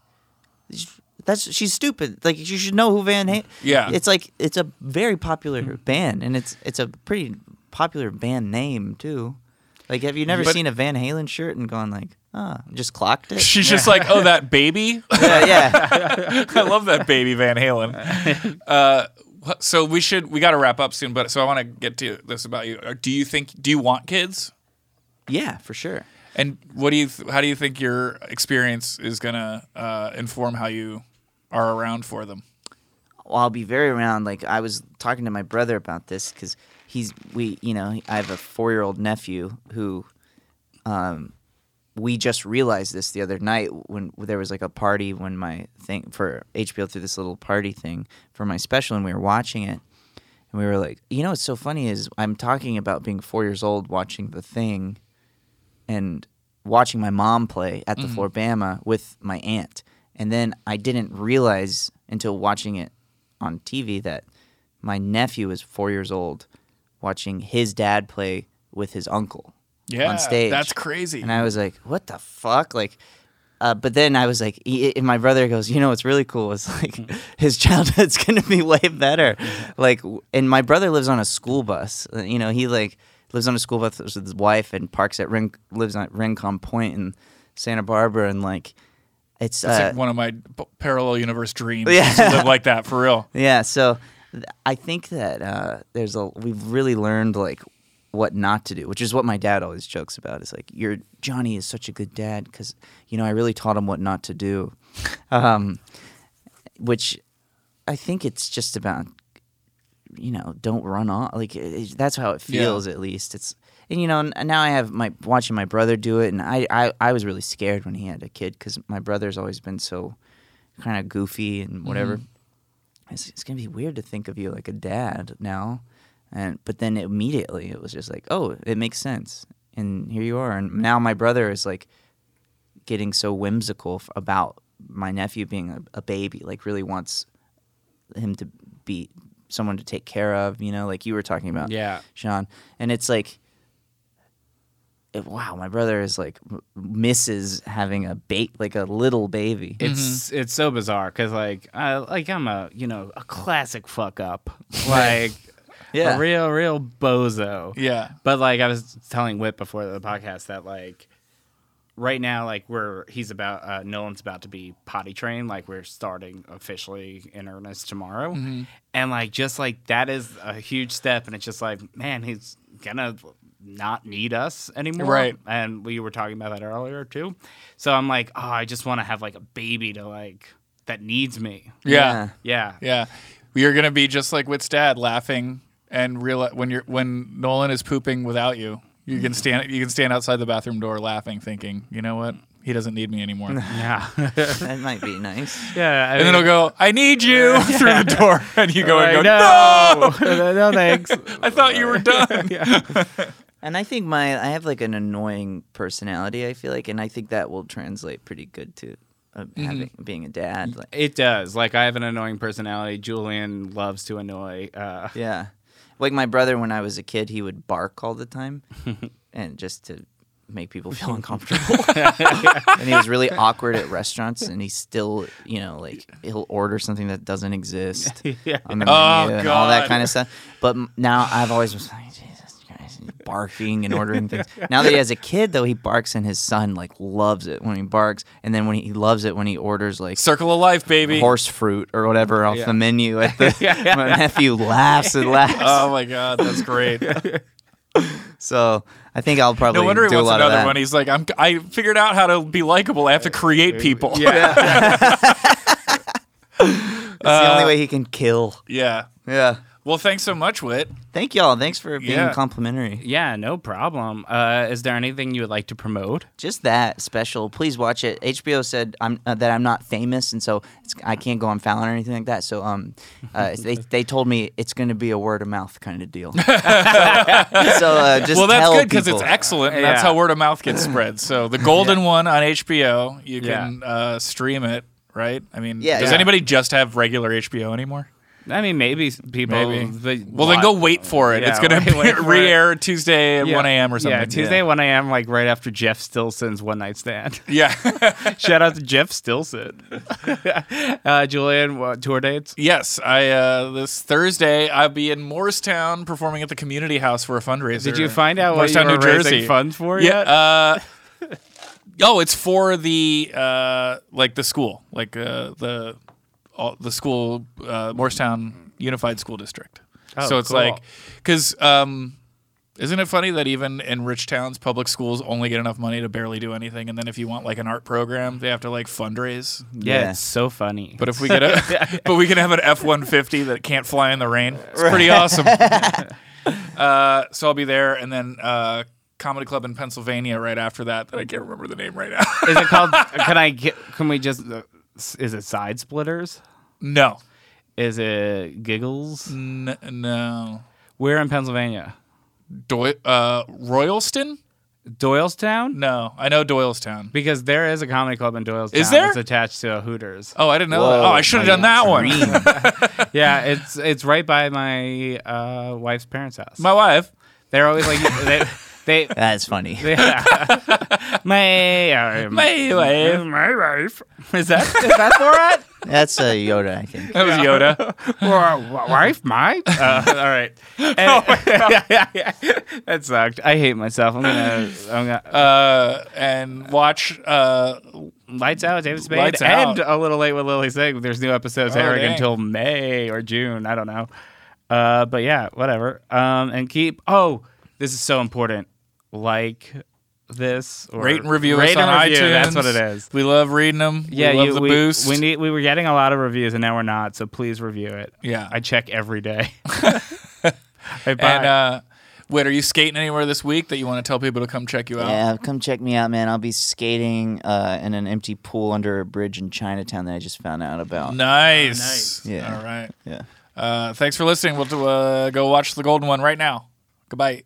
"That's she's stupid. Like, you should know who Van Halen."
Yeah.
it's like it's a very popular band, and it's it's a pretty popular band name too. Like, have you never
But-
seen a Van Halen shirt and gone like, "Ah," just clocked it?
she's just like oh that baby.
yeah, yeah.
I love that baby Van Halen. Uh, wh- so we should we got to wrap up soon. But so I want to get to this about you. Do you think do you want kids?
yeah, for sure.
And what do you? Th- how do you think your experience is gonna uh, inform how you are around for them?
well, I'll be very around. Like I was talking to my brother about this because he's we you know I have a four year old nephew who, um, we just realized this the other night when there was like a party when my thing for HBO through this little party thing for my special and we were watching it and we were like you know what's so funny is I'm talking about being four years old watching the thing and watching my mom play at the
Mm-hmm.
Floribama with my aunt. And then I didn't realize until watching it on TV that my nephew is four years old watching his dad play with his uncle
Yeah,
on stage.
that's crazy.
And I was like, what the fuck? Like, uh, but then I was like, he, and my brother goes, you know, what's really cool is like his childhood's going to be way better. Like, w- and my brother lives on a school bus. Uh, You know, he like lives on a school bus with his wife and parks at Ren- lives at Rincon Point in Santa Barbara. And like, it's,
It's
uh,
like one of my p- parallel universe dreams.
Yeah.
is to live like that for real.
Yeah, so th- I think that uh, there's a we've really learned like what not to do, which is what my dad always jokes about. Is like your Johnny is such a good dad because you know I really taught him what not to do, um, which I think it's just about you know don't run off like it, it- that's how it
Yeah.
feels at least it's and you know n- now i have my watching my brother do it and i i, I was really scared when he had a kid because my brother's always been so kind of goofy and whatever it's, it's gonna be weird to think of you like a dad now, and but then immediately it was just like, oh, it makes sense, and here you are, and now my brother is like getting so whimsical f- about my nephew being a, a baby like really wants him to be someone to take care of you know like you were talking about
Yeah.
sean and it's like it- wow my brother is like m- misses having a bait like a little baby
It's it's so bizarre because like I like I'm a you know a classic fuck up like
Yeah.
a real real bozo
Yeah.
But like I was telling Whip before the podcast that like right now like we're he's about uh, Nolan's about to be potty trained like we're starting officially in earnest tomorrow
Mm-hmm.
and like just like that is a huge step and it's just like man he's gonna not need us anymore
Right.
and we were talking about that earlier too so I'm like oh I just want to have like a baby to like that needs me
Yeah.
yeah
Yeah. You're gonna be just like Witt's dad, laughing and real when you're when Nolan is pooping without you. You can stand you can stand outside the bathroom door laughing, thinking, you know what? He doesn't need me anymore. and
yeah
that might be nice
yeah I
then
mean,
he'll go, I need you through the door. And you go and go,
like,
No,
no no thanks
I thought you were done.
And I think my I have like an annoying personality. I feel like, and I think that will translate pretty good to uh, having being a dad. Like,
It does. Like I have an annoying personality. Julian loves to annoy. Uh,
yeah, like my brother when I was a kid, he would bark all the time, and just to make people feel uncomfortable. and he was really awkward at restaurants, and he still, you know, like he'll order something that doesn't exist on the menu
Oh,
and all that
God.
kind of stuff. But m- now I've always was like, Jesus Christ, he's barking and ordering things. Now that he has a kid, though, he barks, and his son like loves it when he barks, and then when he, he loves it when he orders like
Circle of life, baby.
horse fruit or whatever off the menu at the my nephew laughs and laughs.
Oh my god, that's great.
so I think I'll probably
No wonder
do
he
a
wants
lot of
another
that.
one. He's like, I'm I figured out how to be likable. I have to create people.
yeah.
It's
Uh,
the only way he can kill.
yeah.
Yeah.
Well, thanks so much, Wit.
Thank y'all. Thanks for being
Yeah.
complimentary.
yeah. No problem. Uh, is there anything you would like to promote?
Just that special. Please watch it. HBO said I'm, uh, that I'm not famous, and so it's, I can't go on Fallon or anything like that. So um, uh, they they told me it's going to be a word of mouth kind of deal. so uh, just
well, that's
tell
good because it's
people.
excellent, and that's
Yeah.
how word of mouth gets spread. So the golden one on HBO, you
Yeah.
can uh, stream it. Right? I mean,
Yeah,
does
yeah.
anybody just have regular HBO anymore?
I mean, maybe s- people.
Maybe.
the-
Well, then go wait for it.
Yeah,
it's gonna
wait- wait for it.
re-air Tuesday at
Yeah.
one a.m. or something.
Yeah, Tuesday 1 a.m. Like right after Jeff Stilson's one night stand.
Yeah. Yeah.
Shout out to Jeff Stilson. uh, Julian, what, tour dates?
yes. I uh, this Thursday I'll be in Morristown performing at the Community House for a fundraiser.
Did you find out what you
Morristown,
were
New
raising
Jersey?
funds for
yeah.
yet?
Uh, oh, it's for the uh, like the school, like uh, the all, the school uh, Morristown Unified School District.
Oh,
so it's
cool.
like because um, isn't it funny that even in rich towns, public schools only get enough money to barely do anything, and then if you want like an art program, they have to like fundraise.
yeah,
Yeah.
it's so funny.
But if we get a, but we can have an F one fifty that can't fly in the rain. It's pretty awesome. uh, so I'll be there, and then uh, comedy club in Pennsylvania right after that. That I can't remember the name right now.
is it called? Can I get? Can we just? Uh, s- is it side splitters?
no,
Is it giggles?
N- no,
We're in Pennsylvania.
Doy- uh, Royalston.
Doylestown?
No, I know Doylestown.
Because there is a comedy club in Doylestown.
Is there?
It's attached to a Hooters.
Oh, I didn't know.
Whoa,
that. Oh, I should have done that one.
Yeah, it's it's right by my uh, wife's parents' house.
My wife.
They're always like they they.
That's funny.
they- my, uh,
My wife.
my wife. Is that is that for it?
That's a Yoda, I think.
That was Yoda.
Or wife, my. Uh, all right.
Oh
yeah, yeah, yeah. That sucked. I hate myself. I'm gonna. I'm gonna
Uh, and watch. Uh,
Lights Out, David Spade,
Lights
and
Out.
A Little Late with Lily Singh. There's new episodes
Oh,
airing
dang.
until May or June. I don't know. Uh, but yeah, whatever. Um, and keep. Oh, this is so important. Like this. Or
rate and review
Rate
us on
and review,
iTunes.
That's what it is.
We love reading them.
Yeah,
we love
you,
the
we,
boost.
we need. We were getting a lot of reviews, and now we're not. So please review it.
Yeah.
I check every day. Hey, bye.
And uh, wait, are you skating anywhere this week that you want to tell people to come check you out?
Yeah, come check me out, man. I'll be skating uh, in an empty pool under a bridge in Chinatown that I just found out about.
Nice.
Yeah.
All right.
Yeah.
Uh, thanks for listening. We'll do, uh, go watch the golden one right now. Goodbye.